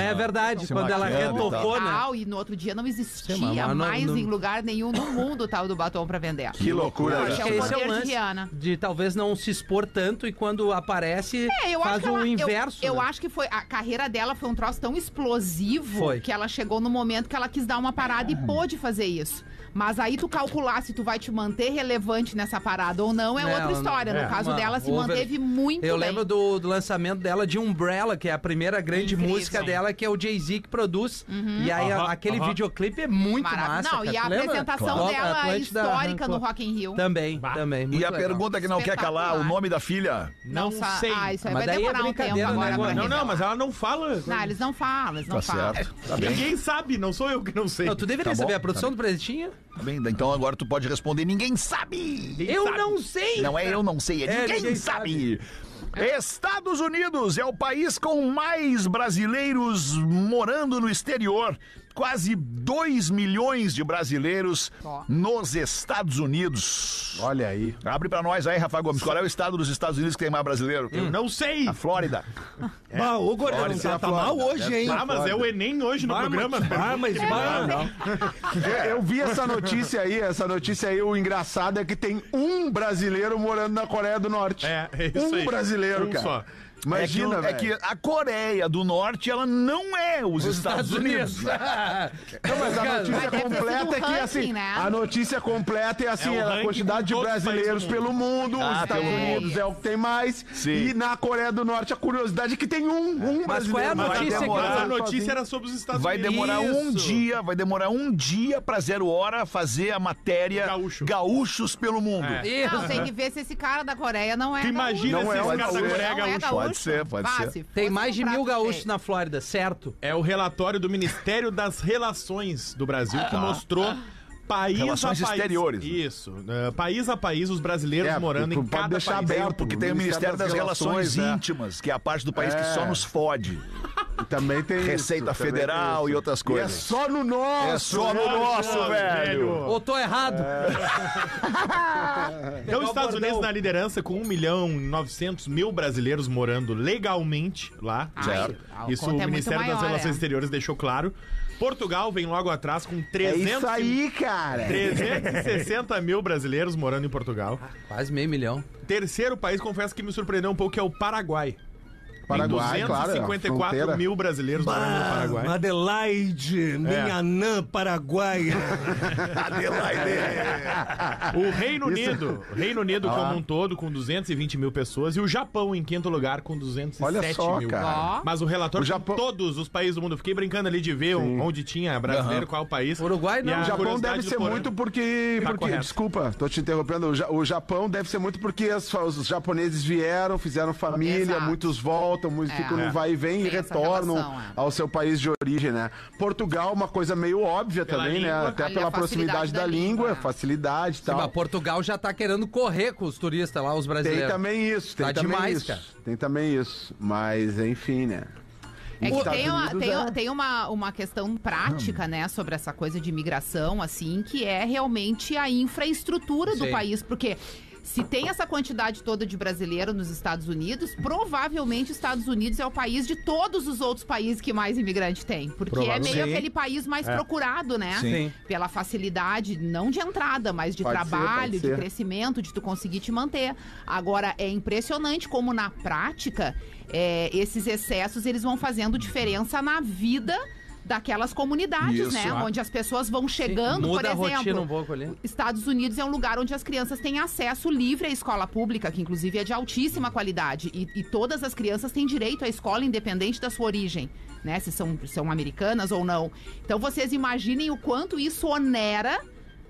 Speaker 6: É verdade,
Speaker 4: Se
Speaker 6: quando ela
Speaker 4: maquiando e tal.
Speaker 6: retocou, né?
Speaker 5: Tal, E no outro dia não existia
Speaker 6: Sim, mas- mas não-
Speaker 5: mais
Speaker 6: não-
Speaker 5: em lugar nenhum no mundo o tal do batom pra vender.
Speaker 4: Que loucura.
Speaker 5: Acho
Speaker 4: né?
Speaker 5: que é o
Speaker 6: esse
Speaker 5: poder
Speaker 6: é o
Speaker 5: de
Speaker 6: lance
Speaker 5: Rihanna.
Speaker 6: de talvez não se expor tanto e quando aparece
Speaker 5: É, eu acho
Speaker 6: faz
Speaker 5: que
Speaker 6: o
Speaker 5: ela- eu-
Speaker 6: inverso.
Speaker 5: Eu,
Speaker 6: né?
Speaker 5: acho que foi. A carreira dela foi um troço tão explosivo
Speaker 6: Foi. Uhum.
Speaker 5: que ela chegou no momento que ela quis dar uma parada e pôde fazer isso. Mas aí tu calcular se tu vai te manter relevante nessa parada ou não é
Speaker 6: Não,
Speaker 5: outra
Speaker 6: não,
Speaker 5: história.
Speaker 6: é,
Speaker 5: no caso
Speaker 6: uma
Speaker 5: dela, se
Speaker 6: over-
Speaker 5: manteve muito
Speaker 6: Eu
Speaker 5: bem.
Speaker 6: lembro do, do lançamento dela de Umbrella, que é a primeira grande
Speaker 5: Incrível. Uhum.
Speaker 6: música dela, que é o Jay-Z que produz. E aí a- aquele videoclipe é muito
Speaker 5: Maravilha.
Speaker 6: massa.
Speaker 5: Não,
Speaker 6: cara.
Speaker 5: e a
Speaker 6: Tu lembra?
Speaker 5: apresentação
Speaker 6: Claro.
Speaker 5: dela é
Speaker 6: Atlântida
Speaker 5: histórica
Speaker 6: arrancou.
Speaker 5: no Rock in Rio.
Speaker 6: Também, também.
Speaker 4: E
Speaker 6: muito
Speaker 4: a
Speaker 6: legal.
Speaker 4: pergunta que não quer calar, o
Speaker 5: Espetacular.
Speaker 4: nome da filha?
Speaker 7: Não
Speaker 5: sa-
Speaker 7: sei.
Speaker 5: Ah, isso aí vai
Speaker 6: Mas daí é
Speaker 5: demorar um tempo
Speaker 6: brincadeira, né,
Speaker 5: agora pra
Speaker 6: Guarani?
Speaker 7: Não, não,
Speaker 5: revelar.
Speaker 7: mas ela não fala.
Speaker 5: Não, eles não falam, eles não
Speaker 4: Tá
Speaker 5: falam.
Speaker 4: certo. Tá bem.
Speaker 7: Ninguém sabe, não sou eu que não sei.
Speaker 6: Não, tu deveria
Speaker 4: Tá bom,
Speaker 6: saber, a
Speaker 4: tá
Speaker 6: produção do Pretinho?
Speaker 4: Tá bem, então agora tu pode responder, ninguém sabe!
Speaker 6: Eu não sei!
Speaker 4: Não é eu não sei, é,
Speaker 6: É,
Speaker 4: ninguém,
Speaker 6: ninguém
Speaker 4: sabe. Estados Unidos é o país com mais brasileiros morando no exterior. Quase 2 milhões de brasileiros
Speaker 5: Ó.
Speaker 4: nos Estados Unidos.
Speaker 2: Olha aí.
Speaker 4: Abre pra nós aí, Rafa Gomes. Qual é o estado dos Estados Unidos que tem mais brasileiro?
Speaker 7: Não sei.
Speaker 4: A Flórida. É
Speaker 8: É. Bah, o Gordão
Speaker 4: Olha,
Speaker 8: tá, tá
Speaker 4: né?
Speaker 8: mal hoje, hein?
Speaker 7: Ah, mas é o Enem hoje no
Speaker 8: Bah,
Speaker 7: programa.
Speaker 8: mas-
Speaker 6: Ah,
Speaker 8: bah, mas bah.
Speaker 2: Eu vi essa notícia aí, essa notícia aí, o engraçado é que tem um brasileiro morando na Coreia do Norte.
Speaker 7: *laughs* É, é isso
Speaker 2: um
Speaker 7: aí.
Speaker 2: brasileiro,
Speaker 7: Um
Speaker 2: cara.
Speaker 7: só.
Speaker 2: Imagina,
Speaker 4: é que, é
Speaker 2: velho.
Speaker 4: que a Coreia do Norte, ela não é os,
Speaker 6: Tá
Speaker 4: Estados, Unidos.
Speaker 6: *laughs*
Speaker 2: Não,
Speaker 4: Tá
Speaker 2: mas a notícia
Speaker 5: Mas deve ter sido
Speaker 2: completa é que
Speaker 5: ranking,
Speaker 2: assim,
Speaker 5: né?
Speaker 2: a notícia completa é assim,
Speaker 7: É o
Speaker 2: é a
Speaker 7: ranking
Speaker 2: quantidade
Speaker 7: com
Speaker 2: de
Speaker 7: todos os
Speaker 2: brasileiros
Speaker 7: países do
Speaker 2: pelo mundo, os
Speaker 4: Ah,
Speaker 2: Estados
Speaker 4: pelo
Speaker 2: Unidos é o que tem mais.
Speaker 4: Sim.
Speaker 2: E na Coreia do Norte a curiosidade é que tem um, um
Speaker 6: Mas
Speaker 2: brasileiro.
Speaker 6: qual é a
Speaker 2: Vai
Speaker 6: notícia que-
Speaker 2: demorar
Speaker 7: Mas a notícia tá
Speaker 2: sozinho.
Speaker 7: era sobre os Estados
Speaker 4: Vai
Speaker 7: Unidos.
Speaker 4: demorar um
Speaker 6: Isso.
Speaker 4: dia, vai demorar um dia pra zero hora fazer a matéria
Speaker 7: Gaúcho.
Speaker 4: Gaúchos pelo Mundo.
Speaker 7: É.
Speaker 5: Não,
Speaker 6: Isso.
Speaker 5: tem que ver se esse cara da Coreia não é.
Speaker 7: Tu imagina
Speaker 5: gaúcho.
Speaker 7: se
Speaker 2: Não
Speaker 7: esse
Speaker 2: é,
Speaker 7: cara da
Speaker 2: pode ser.
Speaker 7: Coreia é
Speaker 5: Não
Speaker 7: gaúcho.
Speaker 4: Pode ser, pode
Speaker 5: Vá,
Speaker 4: ser.
Speaker 5: se
Speaker 6: Tem
Speaker 5: fosse
Speaker 6: mais de
Speaker 5: um
Speaker 6: mil
Speaker 5: prato
Speaker 6: gaúchos
Speaker 5: cheio.
Speaker 6: na Flórida, certo?
Speaker 7: É o relatório do Ministério das Relações do Brasil que mostrou país
Speaker 4: Relações
Speaker 7: a país.
Speaker 4: exteriores, né?
Speaker 7: Isso. né, país a país, os brasileiros
Speaker 2: É,
Speaker 7: morando em
Speaker 2: pode
Speaker 7: cada
Speaker 2: deixar
Speaker 7: país.
Speaker 2: aberto.
Speaker 4: É, porque tem o Ministério das Relações,
Speaker 2: né?
Speaker 4: Íntimas, que é a parte do país
Speaker 2: É.
Speaker 4: que só nos fode.
Speaker 2: Também tem isso,
Speaker 4: Receita
Speaker 2: também tem
Speaker 4: Federal
Speaker 2: isso.
Speaker 4: e outras
Speaker 2: E é
Speaker 4: coisas.
Speaker 2: só no nosso.
Speaker 4: É só no
Speaker 2: né?
Speaker 4: nosso, velho.
Speaker 6: Ou tô errado?
Speaker 2: É.
Speaker 7: Então, os Estados Unidos na liderança com 1 milhão e 900 mil brasileiros morando legalmente lá.
Speaker 5: Ai,
Speaker 4: Certo.
Speaker 5: a
Speaker 7: Isso o
Speaker 5: conta é muito
Speaker 7: Ministério das
Speaker 5: maior,
Speaker 7: Relações
Speaker 5: é.
Speaker 7: Exteriores deixou claro. Portugal vem logo atrás com
Speaker 2: É
Speaker 7: 300,
Speaker 2: isso aí, cara.
Speaker 7: 360 mil brasileiros morando em Portugal.
Speaker 6: Quase meio milhão.
Speaker 7: Terceiro país, confesso que me surpreendeu um pouco, que é o Paraguai.
Speaker 2: Paraguai,
Speaker 7: Tem
Speaker 2: claro, é a
Speaker 7: 254
Speaker 2: fronteira.
Speaker 7: mil brasileiros morando no
Speaker 8: Ah,
Speaker 7: Paraguai.
Speaker 8: Adelaide,
Speaker 9: É.
Speaker 8: minha anã paraguaia.
Speaker 7: O Reino Unido, Reino Unido como um todo, com 220 mil pessoas, e o Japão em quinto lugar, com 207
Speaker 2: Olha só,
Speaker 7: mil.
Speaker 2: cara.
Speaker 5: Ó,
Speaker 7: Mas o relatório
Speaker 2: O
Speaker 7: de
Speaker 2: Japão-
Speaker 7: todos os países do mundo. Eu Fiquei brincando ali de ver onde tinha brasileiro, qual país.
Speaker 6: Uruguai não.
Speaker 7: E a
Speaker 2: O Japão
Speaker 7: curiosidade
Speaker 2: deve
Speaker 7: do
Speaker 2: ser
Speaker 7: Porã.
Speaker 2: muito porque.
Speaker 7: Tá
Speaker 2: porque-
Speaker 7: correto.
Speaker 2: desculpa, tô te interrompendo. O, Ja- o Japão deve ser muito porque as fa- os japoneses vieram, fizeram família,
Speaker 5: Exato.
Speaker 2: muitos voltam, muitos
Speaker 5: É.
Speaker 2: ficam
Speaker 5: É.
Speaker 2: no vai e vem e
Speaker 5: Tem essa
Speaker 2: retornam
Speaker 5: relação, é.
Speaker 2: ao seu país de origem, né? Portugal, uma coisa meio óbvia
Speaker 7: Pela
Speaker 2: também, né?
Speaker 7: língua.
Speaker 2: Até
Speaker 5: Ali é a
Speaker 2: pela
Speaker 5: facilidade
Speaker 2: proximidade
Speaker 5: da
Speaker 2: da,
Speaker 5: língua,
Speaker 2: língua,
Speaker 5: é.
Speaker 2: facilidade e
Speaker 6: Sim, mas
Speaker 2: tal.
Speaker 6: Portugal já tá querendo correr com os turistas lá, os
Speaker 2: Tem
Speaker 6: brasileiros.
Speaker 2: também isso, tem
Speaker 6: Tá
Speaker 2: também
Speaker 6: demais,
Speaker 2: isso.
Speaker 6: cara.
Speaker 2: Tem também isso. Mas, enfim, né?
Speaker 5: É
Speaker 2: Os
Speaker 5: que
Speaker 2: Estados
Speaker 5: tem, uma,
Speaker 2: Unidos
Speaker 5: tem,
Speaker 2: é-
Speaker 5: tem uma, uma questão prática, né, sobre essa coisa de imigração, assim, que é realmente a infraestrutura do
Speaker 6: Sim.
Speaker 5: país, porque se tem essa quantidade toda de brasileiro nos Estados Unidos, provavelmente os Estados Unidos é o país de todos os outros países que mais imigrante tem, porque é meio
Speaker 6: Sim.
Speaker 5: aquele país mais procurado, né?
Speaker 6: Sim.
Speaker 5: Pela facilidade, não de entrada, mas de
Speaker 2: Pode ser,
Speaker 5: trabalho,
Speaker 2: pode
Speaker 5: de
Speaker 2: ser.
Speaker 5: crescimento crescimento, de tu conseguir te manter. Agora, é impressionante como na prática, é, esses excessos, eles vão fazendo diferença na vida daquelas comunidades,
Speaker 4: Isso,
Speaker 5: né?
Speaker 4: ah.
Speaker 5: Onde as pessoas vão chegando, por
Speaker 6: Muda
Speaker 5: exemplo.
Speaker 6: a rotina um pouco ali.
Speaker 5: Estados Unidos é um lugar onde as crianças têm acesso livre à escola pública, que inclusive é de altíssima qualidade. E, e todas as crianças têm direito à escola, independente da sua origem, né? Se são, são americanas ou não. Então vocês imaginem o quanto isso onera.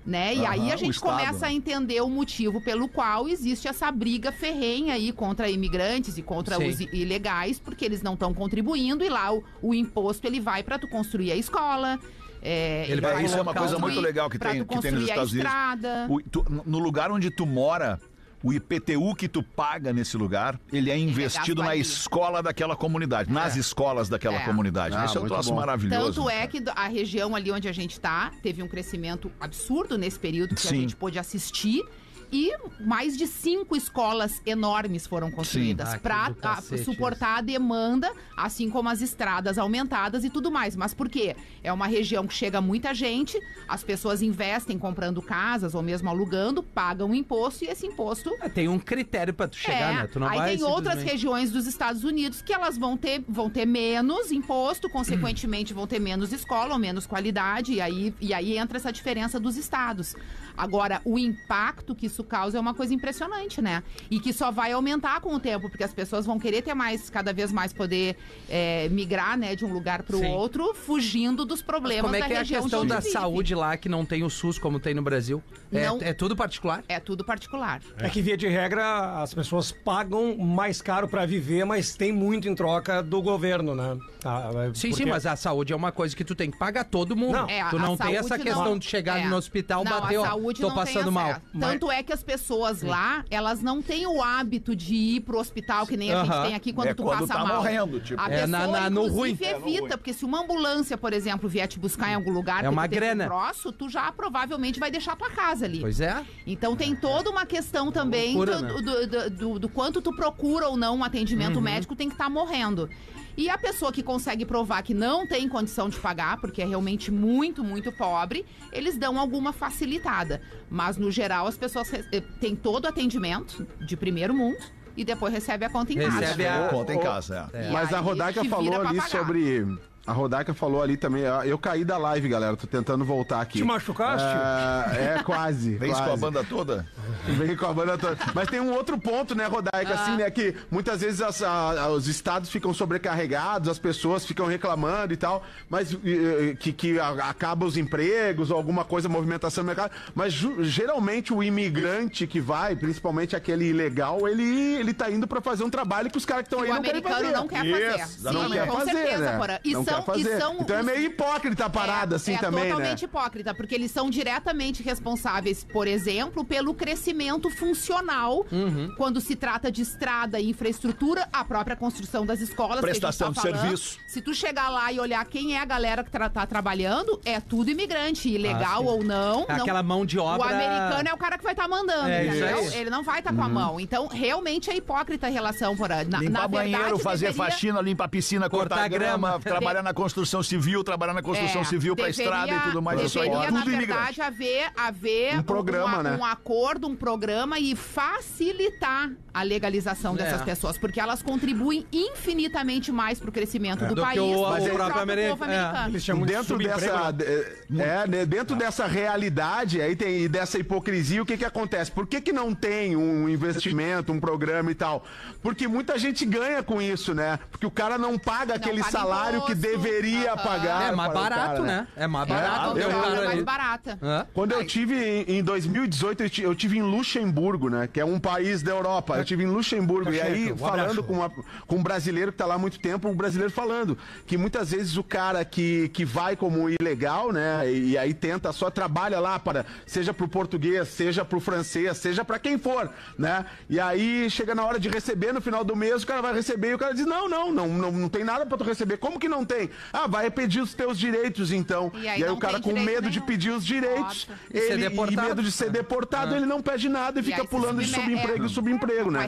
Speaker 5: Né? E aí
Speaker 4: Aham,
Speaker 5: a
Speaker 4: o
Speaker 5: gente
Speaker 4: Estado, né?
Speaker 5: começa a entender o motivo pelo qual existe essa briga ferrenha aí contra imigrantes e contra
Speaker 6: Sim.
Speaker 5: os i- ilegais, porque eles não estão contribuindo e lá o, o imposto ele vai para tu construir a escola. é,
Speaker 6: Ele vai-
Speaker 4: isso é uma
Speaker 6: colocar
Speaker 4: coisa
Speaker 6: um-
Speaker 4: muito legal que
Speaker 5: pra
Speaker 4: tem,
Speaker 5: tu
Speaker 4: que tem nos
Speaker 5: construir a
Speaker 4: Estados Unidos.
Speaker 5: estrada.
Speaker 4: O- tu- no lugar onde tu mora, o IPTU que tu paga nesse lugar, ele é investido na
Speaker 5: ali.
Speaker 4: escola daquela comunidade, nas escolas daquela
Speaker 5: É.
Speaker 4: comunidade.
Speaker 2: Ah,
Speaker 4: Isso é um
Speaker 2: muito
Speaker 4: troço
Speaker 2: bom.
Speaker 4: maravilhoso.
Speaker 5: Tanto é que do- a tá, região ali onde a gente está teve um crescimento absurdo nesse período que a
Speaker 4: Sim.
Speaker 5: gente pôde assistir. E mais de cinco escolas enormes foram construídas
Speaker 6: Ah, que
Speaker 5: para
Speaker 6: do cacete
Speaker 5: suportar a demanda, assim como as estradas aumentadas e tudo mais. Mas por quê? É uma região que chega muita gente, as pessoas investem comprando casas ou mesmo alugando, pagam imposto e esse imposto
Speaker 6: Ah, Tem um critério pra tu chegar, né? Tu não
Speaker 5: É. aí
Speaker 6: vai
Speaker 5: tem outras
Speaker 6: simplesmente-
Speaker 5: regiões dos Estados Unidos que elas vão ter, vão ter menos imposto, consequentemente vão ter menos escola ou menos qualidade, e aí, e aí entra essa diferença dos estados. Agora, o impacto que isso causa é uma coisa impressionante, né? E que só vai aumentar com o tempo, porque as pessoas vão querer ter mais, cada vez mais poder eh, migrar, né, de um lugar para o
Speaker 6: Sim.
Speaker 5: outro, fugindo dos problemas
Speaker 6: Como é
Speaker 5: da
Speaker 6: que é a
Speaker 5: região de
Speaker 6: questão
Speaker 5: onde
Speaker 6: da
Speaker 5: vive.
Speaker 6: saúde lá que não tem o SUS como tem no Brasil?
Speaker 5: Não.
Speaker 6: É, é tudo particular?
Speaker 5: É tudo particular.
Speaker 8: É que, via de regra, as pessoas pagam mais caro pra viver, mas tem muito em troca do governo, né?
Speaker 9: Ah,
Speaker 8: Tá, é,
Speaker 6: Sim,
Speaker 8: porque-
Speaker 6: sim, mas a saúde é uma coisa que tu tem que pagar todo mundo.
Speaker 8: Não.
Speaker 5: É,
Speaker 6: tu
Speaker 5: a
Speaker 6: não tem
Speaker 5: saúde
Speaker 6: essa
Speaker 5: não-
Speaker 6: questão de chegar
Speaker 5: É.
Speaker 6: no hospital,
Speaker 5: Não,
Speaker 6: bater,
Speaker 5: a
Speaker 6: ó,
Speaker 5: saúde
Speaker 6: tô
Speaker 5: não tem
Speaker 6: passando
Speaker 5: essa-
Speaker 6: mal.
Speaker 5: Tanto é que as pessoas lá, elas não têm o hábito de ir pro hospital, que nem a gente
Speaker 6: Aham.
Speaker 5: tem aqui quando
Speaker 4: É
Speaker 5: tu
Speaker 4: quando
Speaker 5: passa
Speaker 4: tá
Speaker 5: mal.
Speaker 4: morrendo, tipo. É
Speaker 5: A
Speaker 6: É,
Speaker 5: pessoa,
Speaker 6: na- na- no
Speaker 5: inclusive,
Speaker 6: ruim.
Speaker 5: evita, porque se uma ambulância, por exemplo, vier te buscar em algum lugar,
Speaker 6: É
Speaker 5: que
Speaker 6: uma
Speaker 5: tu tem que ir
Speaker 6: grana.
Speaker 5: grosso, tu já provavelmente vai deixar tua casa ali.
Speaker 6: Pois é.
Speaker 5: Então tem
Speaker 2: é
Speaker 5: toda uma questão também
Speaker 6: loucura,
Speaker 5: do,
Speaker 6: né?
Speaker 5: do- do- do- do quanto tu procura ou não um
Speaker 2: Uhum.
Speaker 5: atendimento médico, tem que estar morrendo. E a pessoa que consegue provar que não tem condição de pagar, porque é realmente muito, muito pobre, eles dão alguma facilitada. Mas, no geral, as pessoas re- eh, têm todo o atendimento de primeiro mundo e depois recebe a conta em casa.
Speaker 6: Recebe a-
Speaker 4: Ô, conta em casa. é.
Speaker 5: E
Speaker 2: Mas a
Speaker 5: aí
Speaker 2: Rodaica
Speaker 5: te
Speaker 2: falou
Speaker 5: vira pra
Speaker 2: ali
Speaker 5: pagar.
Speaker 2: sobre. A Rodaica falou ali também. ah, Eu caí da live, galera. Tô tentando voltar aqui.
Speaker 9: Te machucaste?
Speaker 2: Ah, é, quase.
Speaker 4: Vem isso
Speaker 2: quase.
Speaker 4: com a banda toda?
Speaker 2: Vem com a banda toda. Mas tem um outro ponto, né, Rodaica, assim,
Speaker 5: Ah.
Speaker 2: né, que muitas vezes as- a- os estados ficam sobrecarregados, as pessoas ficam reclamando e tal, mas eh, que, que a- acaba os empregos, ou alguma coisa, movimentação no mercado, mas ju- geralmente o imigrante que vai, principalmente aquele ilegal, ele, ele tá indo pra fazer um trabalho que os caras que estão aí
Speaker 5: O
Speaker 2: não querem
Speaker 5: americano
Speaker 2: fazer.
Speaker 5: não quer fazer.
Speaker 4: Isso,
Speaker 5: Sim,
Speaker 2: não quer
Speaker 5: com
Speaker 2: fazer,
Speaker 5: certeza,
Speaker 2: né?
Speaker 5: Porã. E
Speaker 2: não
Speaker 5: são,
Speaker 2: quer fazer.
Speaker 5: E são
Speaker 2: então é
Speaker 5: os-
Speaker 2: meio hipócrita a parada, assim,
Speaker 5: é
Speaker 2: também,
Speaker 5: totalmente
Speaker 2: né?
Speaker 5: hipócrita, porque eles são diretamente responsáveis, por exemplo, pelo crescimento funcional, quando se trata de estrada e infraestrutura, a própria construção das escolas. que a gente
Speaker 4: Prestação
Speaker 5: tá
Speaker 4: de
Speaker 5: falando.
Speaker 4: serviço.
Speaker 5: Se tu chegar lá e olhar quem é a galera que tra tá trabalhando, é tudo imigrante, ilegal ou não.
Speaker 6: É
Speaker 5: não-
Speaker 6: aquela mão de obra-
Speaker 5: O americano é o cara que vai estar mandando,
Speaker 6: É, isso
Speaker 5: entendeu?
Speaker 6: aí.
Speaker 5: Ele não vai estar com a mão. Então, realmente é hipócrita a relação, Porã. Na,
Speaker 4: Limpar
Speaker 5: na verdade,
Speaker 4: banheiro, fazer
Speaker 5: deveria-
Speaker 4: faxina, limpar piscina, cortar,
Speaker 6: Cortar
Speaker 4: grama,
Speaker 6: grama.
Speaker 4: trabalhar na construção civil, trabalhar na construção
Speaker 5: É,
Speaker 4: civil pra
Speaker 5: deveria-
Speaker 4: estrada e tudo mais. Isso aí
Speaker 5: Deveria, na
Speaker 4: tudo imigrante.
Speaker 5: verdade, haver, haver
Speaker 2: Um programa,
Speaker 5: um,
Speaker 2: né?
Speaker 5: um acordo, um programa e facilitar a legalização dessas
Speaker 6: É.
Speaker 5: pessoas, porque elas contribuem infinitamente mais pro crescimento do,
Speaker 6: É. Do que
Speaker 5: país,
Speaker 6: o-
Speaker 5: do
Speaker 6: o
Speaker 5: que
Speaker 6: próprio ameri-
Speaker 5: povo
Speaker 6: é.
Speaker 5: americano.
Speaker 8: chamam de
Speaker 2: dentro
Speaker 8: subemprego,
Speaker 2: dessa
Speaker 8: né?
Speaker 2: é, né, dentro dessa realidade aí tem e dessa hipocrisia o que que acontece por que que não tem um investimento um programa e tal porque muita gente ganha com isso né porque o cara não paga aquele
Speaker 5: paga
Speaker 2: salário que
Speaker 5: imposto,
Speaker 2: deveria
Speaker 5: aham.
Speaker 2: pagar
Speaker 6: É mais
Speaker 2: para o cara,
Speaker 6: barato, né? É mais
Speaker 5: É,
Speaker 6: barato.
Speaker 5: é,
Speaker 6: ter um
Speaker 5: uma
Speaker 6: cara
Speaker 5: coisa mais
Speaker 6: ali.
Speaker 5: barata.
Speaker 6: Hã?
Speaker 2: Quando eu tive em em 2018, eu ti- eu tive em Luxemburgo, né? Que é um país da Europa. Eu tive em Luxemburgo. E aí, falando com, uma- com um brasileiro que tá lá há muito tempo, um brasileiro falando que muitas vezes o cara que, que vai como ilegal, né? E, e aí tenta só trabalha lá para, seja pro português, seja pro francês, seja para quem for, né? E aí chega na hora de receber no final do mês, o cara vai receber e o cara diz: "Não, não, não, não, não tem nada para tu receber. Como que não tem? Ah, vai pedir os teus direitos então".
Speaker 5: E
Speaker 2: E
Speaker 5: aí
Speaker 2: aí,
Speaker 5: não
Speaker 2: o cara
Speaker 5: tem
Speaker 2: com
Speaker 5: direito
Speaker 2: medo de
Speaker 5: nenhum.
Speaker 2: pedir os direitos,
Speaker 5: Nossa.
Speaker 6: E ser
Speaker 2: ele, e
Speaker 6: deportado. É.
Speaker 2: medo de ser deportado, ele não pede nada e,
Speaker 5: aí
Speaker 2: fica
Speaker 5: se
Speaker 2: pulando de
Speaker 5: submete-
Speaker 2: subemprego
Speaker 5: é,
Speaker 2: em subemprego, né?
Speaker 5: Uma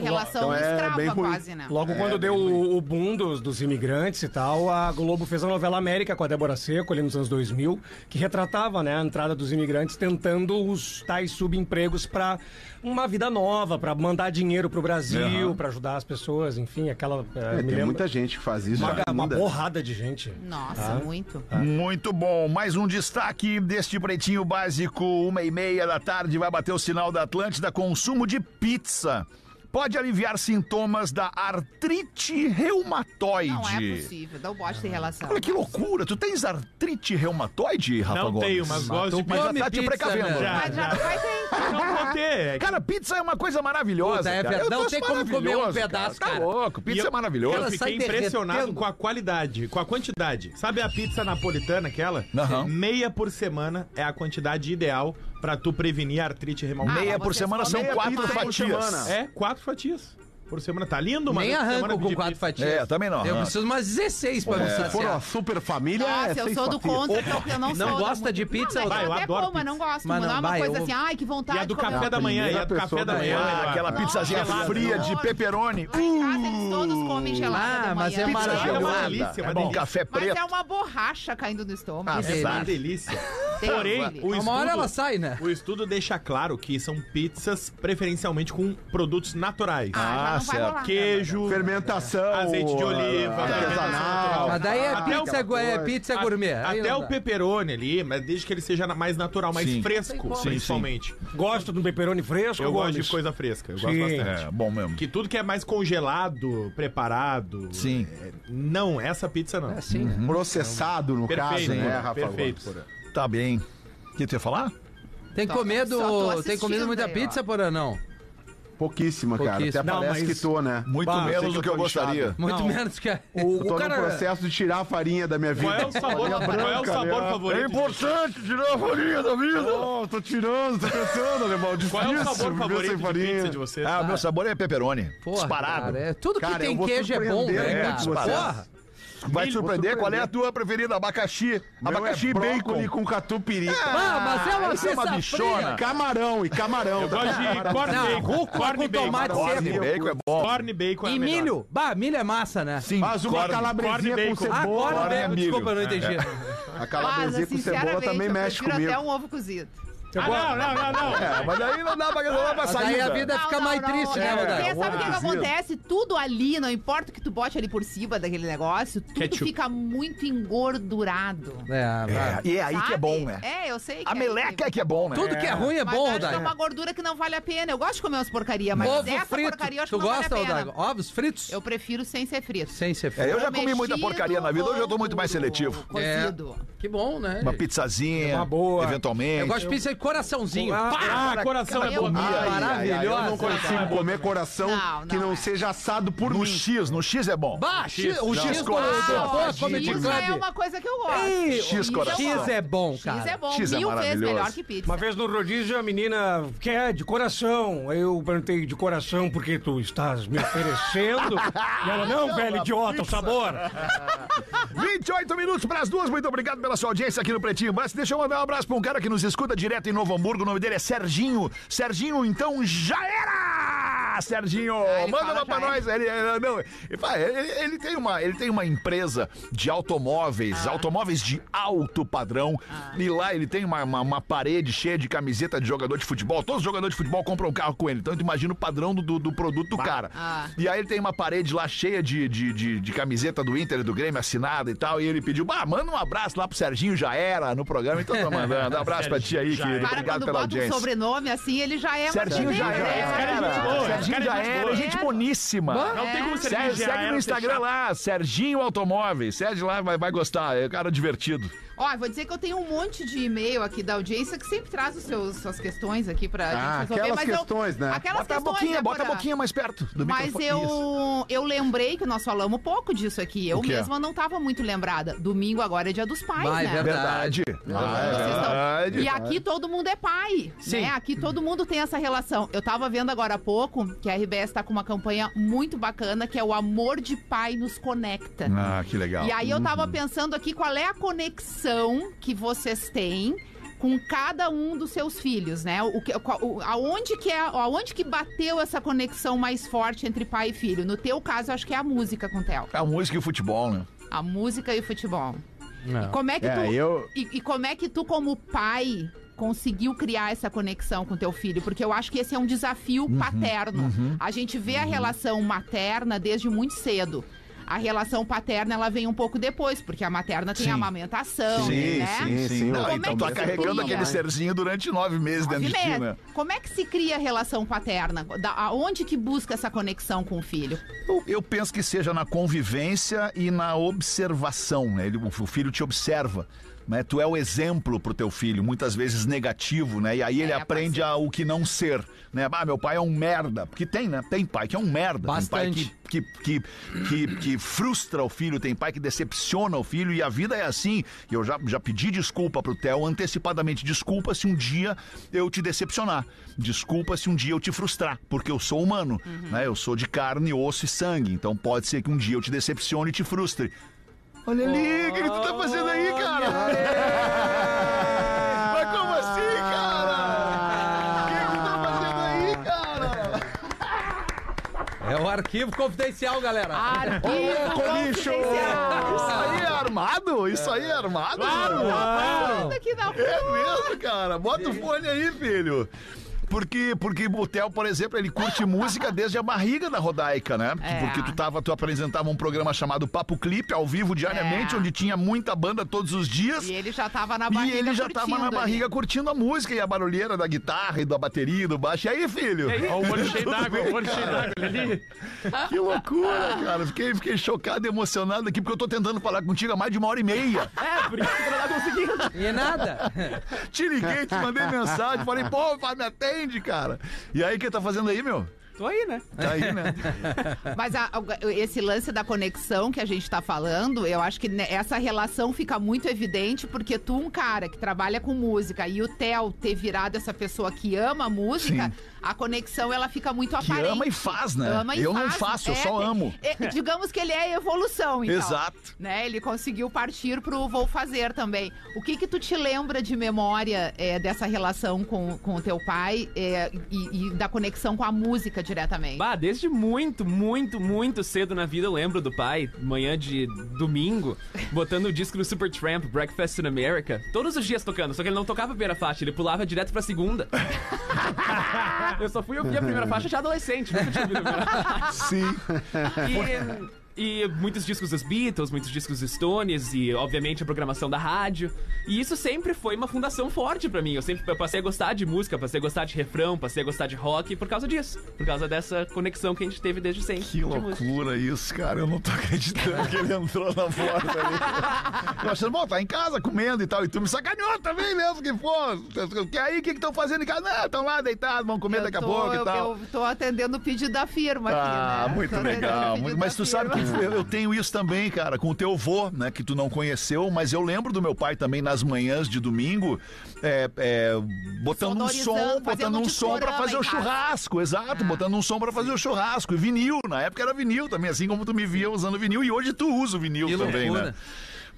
Speaker 2: Então
Speaker 5: relação
Speaker 2: é
Speaker 5: escrava
Speaker 2: bem ruim.
Speaker 5: quase, né?
Speaker 8: Logo quando deu o, o boom dos, dos imigrantes e tal, a Globo fez a novela América com a Débora Seco, ali nos anos 2000, que retratava né, a entrada dos imigrantes tentando os tais subempregos para uma vida nova, para mandar dinheiro pro Brasil, pra para ajudar as pessoas, enfim, aquela... eh,
Speaker 2: É,
Speaker 8: me
Speaker 2: tem
Speaker 8: lembra-
Speaker 2: muita gente que faz isso.
Speaker 8: uma,
Speaker 2: né?
Speaker 8: uma
Speaker 2: Muda.
Speaker 8: porrada de gente.
Speaker 5: Nossa, muito.
Speaker 4: Ah. Muito bom. Mais um destaque deste Pretinho Básico, uma e meia da tarde, vai bater o sinal da Atlântida, consumo de pizza. Pode aliviar sintomas da artrite reumatoide.
Speaker 5: Não é possível, não pode ter relação.
Speaker 4: Olha que loucura, tu tens artrite reumatoide, Rafa
Speaker 7: Não
Speaker 4: Gomes?
Speaker 7: tenho, mas gosto de
Speaker 6: Mas
Speaker 4: Mas
Speaker 7: pizza.
Speaker 4: já tá
Speaker 6: Come
Speaker 4: te
Speaker 6: pizza,
Speaker 4: precavendo.
Speaker 6: né?
Speaker 7: Já,
Speaker 5: Mas já não
Speaker 7: já.
Speaker 5: vai ter.
Speaker 7: Não vou ter. é que
Speaker 4: Cara, pizza é uma coisa maravilhosa.
Speaker 6: Puta, é
Speaker 4: cara. Eu
Speaker 6: verdade. Não
Speaker 4: acho
Speaker 6: tem como comer um
Speaker 4: maravilhoso,
Speaker 6: pedaço,
Speaker 4: Tá
Speaker 6: cara.
Speaker 4: louco, pizza
Speaker 7: E eu-
Speaker 4: é maravilhosa.
Speaker 6: Ela
Speaker 7: Eu
Speaker 6: sai
Speaker 7: fiquei impressionado
Speaker 6: derretendo.
Speaker 7: com a qualidade, com a quantidade. Sabe a pizza napolitana, aquela?
Speaker 4: Aham.
Speaker 7: Meia por semana é a quantidade ideal pra tu prevenir a artrite reumatoide.
Speaker 6: Ah,
Speaker 4: Meia por
Speaker 5: Ah, vocês
Speaker 4: semana são
Speaker 5: comem
Speaker 4: quatro
Speaker 2: demais.
Speaker 4: fatias.
Speaker 2: Semana.
Speaker 7: É, quatro fatias. por semana. Tá lindo, mas...
Speaker 6: Nem
Speaker 7: essa semana
Speaker 6: arranco
Speaker 7: eu
Speaker 6: com
Speaker 7: pedi
Speaker 6: quatro
Speaker 7: pizza.
Speaker 6: fatias.
Speaker 4: É, também não
Speaker 6: Eu
Speaker 4: arranco.
Speaker 6: preciso umas 16 pra me
Speaker 7: assim,
Speaker 2: Se for uma
Speaker 6: saciar.
Speaker 2: super família,
Speaker 5: Nossa,
Speaker 2: é
Speaker 5: eu
Speaker 2: seis
Speaker 5: sou do
Speaker 2: fatias.
Speaker 5: contra, porque eu não sou.
Speaker 6: Não
Speaker 5: da
Speaker 6: gosta de
Speaker 5: muito-
Speaker 6: pizza,
Speaker 5: Não, mas
Speaker 7: Vai,
Speaker 5: eu
Speaker 7: eu
Speaker 5: até
Speaker 7: adoro
Speaker 5: como, eu
Speaker 7: pizza.
Speaker 5: não gosto.
Speaker 6: Mas
Speaker 5: Mas não
Speaker 6: não,
Speaker 5: é uma
Speaker 6: vai,
Speaker 5: coisa
Speaker 6: eu-
Speaker 5: assim, ai, que vontade.
Speaker 7: E a do
Speaker 5: de comer
Speaker 7: café
Speaker 5: uma
Speaker 7: da manhã, e a
Speaker 2: primeira
Speaker 7: do café da
Speaker 2: pessoa
Speaker 7: manhã.
Speaker 2: da
Speaker 4: Ah,
Speaker 7: né?
Speaker 4: aquela
Speaker 5: Nossa,
Speaker 4: pizzazinha
Speaker 5: gelada.
Speaker 4: fria de pepperoni.
Speaker 5: Lá em casa eles todos comem gelada.
Speaker 6: Ah,
Speaker 5: de
Speaker 6: mas
Speaker 5: manhã.
Speaker 6: é
Speaker 4: Pizza
Speaker 6: maravilhoso.
Speaker 7: uma
Speaker 4: gelada.
Speaker 7: delícia, uma
Speaker 4: É bom.
Speaker 7: delícia.
Speaker 4: Café
Speaker 5: Mas
Speaker 4: preto.
Speaker 5: é uma borracha caindo no estômago.
Speaker 4: Ah,
Speaker 5: Isso
Speaker 7: É uma
Speaker 4: Exato.
Speaker 7: delícia.
Speaker 5: tem
Speaker 7: Porém,
Speaker 5: aquele.
Speaker 7: o
Speaker 6: Uma hora
Speaker 7: estudo-
Speaker 6: ela sai, né?
Speaker 7: O estudo deixa claro que são pizzas preferencialmente com produtos naturais.
Speaker 5: Ah, já não vai
Speaker 4: certo.
Speaker 5: rolar.
Speaker 7: Queijo,
Speaker 2: Fermentação.
Speaker 7: azeite de oliva,
Speaker 2: artesanal.
Speaker 7: artesanal.
Speaker 6: Mas daí é
Speaker 7: Até
Speaker 6: pizza, gu- é pizza
Speaker 7: a-
Speaker 6: gourmet. Aí
Speaker 7: Até
Speaker 6: não
Speaker 7: o
Speaker 6: dá.
Speaker 7: pepperoni ali, mas desde que ele seja na- mais natural, mais
Speaker 4: Sim.
Speaker 7: fresco,
Speaker 4: Sim,
Speaker 7: principalmente.
Speaker 9: Gosto de um peperoni fresco,
Speaker 7: Eu gosto
Speaker 9: Gomes?
Speaker 7: de coisa fresca, eu gosto
Speaker 9: Sim.
Speaker 7: bastante.
Speaker 4: É, bom mesmo.
Speaker 7: Que tudo que é mais congelado, preparado.
Speaker 4: Sim.
Speaker 7: é- Não, essa pizza não.
Speaker 6: É assim, né?
Speaker 2: Processado, no
Speaker 7: Perfeito,
Speaker 2: caso, né,
Speaker 7: Porã,
Speaker 2: Rafa?
Speaker 7: perfeito.
Speaker 2: Gomes?
Speaker 7: Porã.
Speaker 4: Tá bem. O que tu ia falar?
Speaker 6: Tem
Speaker 5: Tô-
Speaker 6: comido,
Speaker 5: só tô
Speaker 6: tem
Speaker 5: assistindo
Speaker 6: comido muita
Speaker 5: aí, ó.
Speaker 6: pizza, porra, não?
Speaker 2: Pouquíssima, cara. Até
Speaker 6: Pouquíssima. Não,
Speaker 2: parece
Speaker 9: mas-
Speaker 2: que tô, né?
Speaker 4: Muito
Speaker 9: Bah,
Speaker 4: menos
Speaker 2: sei
Speaker 4: do
Speaker 2: que
Speaker 4: que eu
Speaker 2: eu tô lixado.
Speaker 4: gostaria.
Speaker 6: Muito
Speaker 9: Não.
Speaker 6: menos que a...
Speaker 2: Eu tô no processo de tirar a farinha da minha vida.
Speaker 7: Qual é o sabor,
Speaker 2: Farinha
Speaker 7: qual é o
Speaker 2: branca,
Speaker 7: sabor
Speaker 2: né?
Speaker 7: favorito? de-
Speaker 2: importante tirar a farinha da vida. Oh, tô tirando, tô pensando, alemão. Difícil.
Speaker 7: Qual é o sabor
Speaker 2: viver
Speaker 7: favorito
Speaker 2: sem
Speaker 7: de
Speaker 2: farinha.
Speaker 7: pizza de vocês?
Speaker 4: Ah, o meu sabor é pepperoni.
Speaker 6: Porra,
Speaker 4: Disparado.
Speaker 6: cara, é- tudo que
Speaker 2: Cara, eu
Speaker 6: tem
Speaker 2: vou
Speaker 6: queijo é bom,
Speaker 2: surpreender
Speaker 6: né,
Speaker 2: muito
Speaker 6: cara?
Speaker 2: vocês.
Speaker 6: Porra!
Speaker 4: Vai te surpreender.
Speaker 2: surpreender.
Speaker 4: Qual é a tua preferida? Abacaxi.
Speaker 2: Meu
Speaker 4: Abacaxi
Speaker 2: é
Speaker 4: e
Speaker 2: bacon
Speaker 4: bacon.
Speaker 2: e com catupiry.
Speaker 6: Ah, mas é uma
Speaker 4: isso é uma
Speaker 6: pizza
Speaker 4: bichona.
Speaker 6: fria.
Speaker 2: Camarão e camarão.
Speaker 7: Eu gosto de corn
Speaker 6: Não,
Speaker 7: bacon.
Speaker 6: rúcula
Speaker 7: Corn
Speaker 6: com tomate
Speaker 7: bacon.
Speaker 4: Corne e
Speaker 6: seco.
Speaker 4: bacon é bom.
Speaker 7: Corn bacon é
Speaker 6: E
Speaker 7: a melhor.
Speaker 6: milho. Bah, milho é massa, né?
Speaker 4: Sim.
Speaker 2: Mas uma
Speaker 4: corne.
Speaker 2: calabresinha
Speaker 7: corne
Speaker 2: com
Speaker 7: bacon.
Speaker 2: cebola. Ah,
Speaker 6: Agora,
Speaker 4: corne é
Speaker 6: mesmo.
Speaker 4: milho.
Speaker 6: desculpa, eu não entendi.
Speaker 2: A
Speaker 5: Ah, Mas,
Speaker 2: calabresinha com cebola
Speaker 5: sinceramente,
Speaker 2: também
Speaker 5: eu
Speaker 2: mexe
Speaker 5: prefiro
Speaker 2: comigo.
Speaker 5: até um ovo cozido.
Speaker 7: Ah, não, não, não, não.
Speaker 4: É, mas aí não *laughs* dá pra, não dá pra
Speaker 6: Mas
Speaker 4: sair.
Speaker 6: aí a
Speaker 4: cara.
Speaker 6: vida fica mais triste,
Speaker 5: é
Speaker 6: né, Rodar?
Speaker 5: Porque sabe o que, que
Speaker 4: Brasil.
Speaker 5: acontece? Tudo ali, não importa o que tu bote ali por cima daquele negócio, tudo
Speaker 7: Ketchup.
Speaker 5: fica muito engordurado.
Speaker 6: É, bah.
Speaker 4: É, E é aí que é
Speaker 5: sabe?
Speaker 4: bom, né?
Speaker 5: É, eu sei que
Speaker 4: A
Speaker 5: é aí
Speaker 4: meleca é que é bom, né?
Speaker 6: Tudo que é ruim é
Speaker 5: mas
Speaker 6: bom,
Speaker 5: eu acho que é uma
Speaker 6: Rodar.
Speaker 5: gordura que não vale a pena. Eu gosto de comer umas porcaria, mas
Speaker 6: Ovo
Speaker 5: essa
Speaker 6: frito.
Speaker 5: porcaria eu acho
Speaker 6: Tu
Speaker 5: que não
Speaker 6: gosta,
Speaker 5: vale a pena.
Speaker 6: Rodar? Ovos fritos?
Speaker 5: Eu prefiro sem ser frito.
Speaker 6: Sem ser
Speaker 4: É,
Speaker 6: frito.
Speaker 4: eu já comi muita
Speaker 5: Mexido
Speaker 4: porcaria na vida, hoje eu tô
Speaker 5: ou
Speaker 4: muito mais seletivo.
Speaker 5: Cozido.
Speaker 6: Que bom, né?
Speaker 4: É. Uma pizzazinha,
Speaker 9: Uma boa.
Speaker 4: eventualmente.
Speaker 6: Eu gosto de pizza de coraçãozinho.
Speaker 9: Ah,
Speaker 7: Ah, coração é
Speaker 5: Eu-
Speaker 7: bom.
Speaker 5: Ah,
Speaker 2: Eu não
Speaker 6: Maravilhosa.
Speaker 2: consigo comer coração
Speaker 5: Não, não,
Speaker 2: que não
Speaker 5: é.
Speaker 2: seja assado por
Speaker 4: assim, No
Speaker 2: mim.
Speaker 4: X, no X é bom.
Speaker 6: Bah, X-
Speaker 4: Não.
Speaker 6: o
Speaker 4: Ah,
Speaker 6: X
Speaker 4: X
Speaker 6: do Boa Comedy
Speaker 5: Pizza é
Speaker 6: Club.
Speaker 5: uma coisa que eu gosto.
Speaker 6: Ei,
Speaker 4: X
Speaker 5: Então,
Speaker 4: coração.
Speaker 6: X é bom,
Speaker 5: X é
Speaker 6: cara.
Speaker 5: bom,
Speaker 4: X é
Speaker 5: mil vezes
Speaker 4: maravilhoso.
Speaker 5: melhor que pizza.
Speaker 9: Uma vez no rodízio, a menina quer de coração. Eu perguntei de coração porque tu estás me oferecendo. e ela, não, velho idiota, o sabor.
Speaker 4: 28 minutos para as duas. Muito obrigado pela sua audiência aqui no Pretinho Básico. Deixa eu mandar um abraço para um cara que nos escuta direto em Novo Hamburgo. O nome dele é Serginho. Serginho, então já era! Serginho,
Speaker 5: Ah, ele
Speaker 4: manda
Speaker 5: fala
Speaker 4: uma pra
Speaker 5: já
Speaker 4: nós. Ele, ele- não, ele, pá, ele- ele tem uma, ele tem uma empresa de automóveis,
Speaker 7: Ah.
Speaker 4: automóveis de alto padrão. E lá ele tem uma, uma- uma parede cheia de camiseta de jogador de futebol. Todos os jogadores de futebol compram um carro com ele. Então tu imagina o padrão do, do- do produto do cara.
Speaker 5: Ah.
Speaker 4: E aí ele tem uma parede lá cheia de, de, de, de camiseta do Inter e do Grêmio assinada e tal. E ele pediu, bah, manda um abraço lá pro Serginho, já era no programa. Então tá mandando. Um abraço pra ti aí, querido.
Speaker 5: Cara,
Speaker 4: Obrigado
Speaker 5: quando
Speaker 4: pela
Speaker 5: bota um
Speaker 4: audiência.
Speaker 5: sobrenome assim, ele já é uma
Speaker 4: Serginho já
Speaker 5: bandeira, né?
Speaker 7: é gente
Speaker 4: era.
Speaker 7: boa, esse
Speaker 4: Serginho já
Speaker 7: cara é gente
Speaker 4: era.
Speaker 7: boa.
Speaker 4: Gente boníssima.
Speaker 7: Não
Speaker 9: É.
Speaker 7: tem como ser
Speaker 4: Segue,
Speaker 7: já
Speaker 4: segue
Speaker 7: era,
Speaker 4: no
Speaker 7: ser
Speaker 4: Instagram
Speaker 7: chato.
Speaker 4: lá, Serginho Automóveis. Segue lá, vai, vai gostar. É um cara divertido.
Speaker 5: Ó, eu vou dizer que eu tenho um monte de e-mail aqui da audiência que sempre traz os seus, suas questões aqui pra
Speaker 2: Ah,
Speaker 5: gente resolver.
Speaker 2: aquelas
Speaker 5: mas eu-
Speaker 2: questões, né?
Speaker 5: Aquelas
Speaker 4: bota a
Speaker 5: questões,
Speaker 4: boquinha,
Speaker 5: né,
Speaker 4: bota a
Speaker 5: Porã?
Speaker 4: boquinha mais perto do
Speaker 5: Mas
Speaker 4: microfone. Isso.
Speaker 5: eu, eu lembrei que nós falamos pouco disso aqui. Eu
Speaker 4: O quê?
Speaker 5: mesma não tava muito lembrada. Domingo agora é dia dos pais,
Speaker 6: Vai,
Speaker 5: né?
Speaker 6: verdade.
Speaker 4: Verdade. Ah, é
Speaker 5: Vocês tão-
Speaker 4: Verdade.
Speaker 5: E aqui todo mundo é pai,
Speaker 6: Sim.
Speaker 5: né? Aqui todo mundo tem essa relação. Eu tava vendo agora há pouco que a RBS tá com uma campanha muito bacana, que é o Amor de Pai nos Conecta.
Speaker 4: Ah, que legal.
Speaker 5: E aí eu tava pensando aqui qual é a conexão que vocês têm com cada um dos seus filhos, né? O que, qual- o- aonde que é, aonde que bateu essa conexão mais forte entre pai e filho? No teu caso, eu acho que é a música com o Theo.
Speaker 4: A música e o futebol, né?
Speaker 5: A música e o futebol. E como é que
Speaker 2: É,
Speaker 5: tu
Speaker 2: eu-
Speaker 5: e, e como é que tu como pai conseguiu criar essa conexão com teu filho? Porque eu acho que esse é um desafio
Speaker 4: Uhum,
Speaker 5: paterno. A gente vê a relação materna desde muito cedo. A relação paterna ela vem um pouco depois, porque a materna tem
Speaker 4: Sim.
Speaker 5: a amamentação,
Speaker 2: Sim,
Speaker 5: né?
Speaker 2: sim, sim.
Speaker 4: Não,
Speaker 5: Como
Speaker 4: então
Speaker 5: é
Speaker 4: tu
Speaker 5: que
Speaker 4: tá
Speaker 5: se
Speaker 4: carregando
Speaker 5: cria?
Speaker 4: aquele serzinho durante nove meses dentro de ti, né?
Speaker 5: Avilés, Como é que se cria a relação paterna? Da, aonde que busca essa conexão com o filho?
Speaker 4: *laughs* Eu, eu penso que seja na convivência e na observação, né? Ele- o, o filho te observa. né? Tu é o exemplo pro teu filho, muitas vezes negativo, né? E aí ele
Speaker 5: É,
Speaker 4: aprende a, o que não ser, né? Ah, meu pai é um merda. Porque tem, né? Tem pai que é um merda. Tem
Speaker 6: Bastante.
Speaker 4: pai que, que, que, que, que frustra o filho, tem pai que decepciona o filho e a vida é assim. E eu já, já pedi desculpa pro Theo antecipadamente. Desculpa se um dia eu te decepcionar. Desculpa se um dia eu te frustrar, porque eu sou humano, né? Eu sou de carne, osso e sangue. Então pode ser que um dia eu te decepcione e te frustre. Olha ali, o que que tu tá fazendo aí, cara? Mas como assim, cara? O que que tu tá fazendo aí, cara?
Speaker 6: É o arquivo confidencial, galera.
Speaker 5: Ah, Arquivo confidencial.
Speaker 4: Isso aí é armado? Isso aí é armado? Claro,
Speaker 5: Passando aqui na
Speaker 4: É mesmo, cara. Bota o fone aí, filho. Porque, porque o Theo, por exemplo, ele curte música desde a barriga da Rodaica, né?
Speaker 5: É.
Speaker 4: Porque tu, tava, tu apresentava um programa chamado Papo Clipe, ao vivo, diariamente,
Speaker 5: É.
Speaker 4: onde tinha muita banda todos os dias.
Speaker 5: E ele já tava na
Speaker 4: E
Speaker 5: barriga
Speaker 4: ele já
Speaker 5: curtindo
Speaker 4: tava na
Speaker 5: ali.
Speaker 4: barriga curtindo a música e a barulheira da guitarra e da bateria e do baixo. E aí, filho?
Speaker 10: Ó, o olho cheio d'água, o olho cheio d'água ali.
Speaker 4: Que loucura, cara. Fiquei, fiquei chocado, emocionado aqui, porque eu tô tentando falar contigo há mais de uma hora e meia.
Speaker 10: É, por isso que tu não tá conseguindo.
Speaker 6: E nada.
Speaker 4: Te liguei, te mandei mensagem, falei, pô, pá, me atende, cara. E aí, o que tá fazendo aí, meu?
Speaker 10: Tô aí, né?
Speaker 4: Tá aí, né?
Speaker 5: Mas a- a- esse lance da conexão que a gente tá falando, eu acho que ne- essa relação fica muito evidente porque tu, um cara que trabalha com música e o Theo ter virado essa pessoa que ama a música,
Speaker 4: Sim.
Speaker 5: a conexão ela fica muito
Speaker 4: Que
Speaker 5: aparente.
Speaker 4: ama e faz, né?
Speaker 5: Ama e
Speaker 4: eu não
Speaker 5: faz,
Speaker 4: faço, eu
Speaker 5: é,
Speaker 4: só amo.
Speaker 5: é, digamos que ele é evolução, então.
Speaker 4: Exato.
Speaker 5: Né? Ele conseguiu partir pro Vou Fazer também. O que que tu te lembra de memória é, dessa relação com, com o teu pai é, e, e da conexão com a música diretamente?
Speaker 10: Bah, desde muito, muito, muito cedo na vida eu lembro do pai, manhã de domingo, botando o disco do Supertramp, Breakfast in America, todos os dias tocando, só que ele não tocava a primeira faixa, ele pulava direto pra segunda. eu só fui ouvir a primeira faixa já adolescente, nunca tinha ouvido a primeira
Speaker 4: Sim.
Speaker 10: e, e muitos discos dos Beatles, muitos discos dos Stones e, obviamente, a programação da rádio. E isso sempre foi uma fundação forte pra mim. Eu sempre eu passei a gostar de música, passei a gostar de refrão, passei a gostar de rock por causa disso. Por causa dessa conexão que a gente teve desde sempre.
Speaker 4: Que loucura isso, cara. Eu não tô *laughs* acreditando que ele entrou na porta ali. Eu achando, bom, tá em casa comendo e tal. E tu me sacaneou também mesmo, que pô. Que aí, o que que estão fazendo em casa? Não, estão lá deitados, vão comer
Speaker 5: Eu
Speaker 4: daqui a
Speaker 5: tô-
Speaker 4: pouco
Speaker 5: eu,
Speaker 4: e tal.
Speaker 5: eu tô atendendo o pedido da firma aqui,
Speaker 4: Ah,
Speaker 5: né? Tô
Speaker 4: muito
Speaker 5: atendendo o
Speaker 4: legal.
Speaker 5: pedido
Speaker 4: muito-
Speaker 5: da
Speaker 4: Mas tu sabe que
Speaker 5: firma.
Speaker 4: eu, eu tenho isso também, cara, com o teu avô, né? Que tu não conheceu, mas eu lembro do meu pai também nas manhãs de domingo, é, é, botando um
Speaker 5: Sonorizando,
Speaker 4: som, botando
Speaker 5: fazendo
Speaker 4: um
Speaker 5: um
Speaker 4: som pra
Speaker 5: discorama
Speaker 4: fazer
Speaker 5: em
Speaker 4: o
Speaker 5: casa.
Speaker 4: churrasco,
Speaker 5: Ah,
Speaker 4: exato, botando um som pra fazer o churrasco. E vinil, na época era vinil também, assim como tu me via usando vinil, e hoje tu usa o vinil
Speaker 6: Que
Speaker 4: também, né?
Speaker 6: loucura.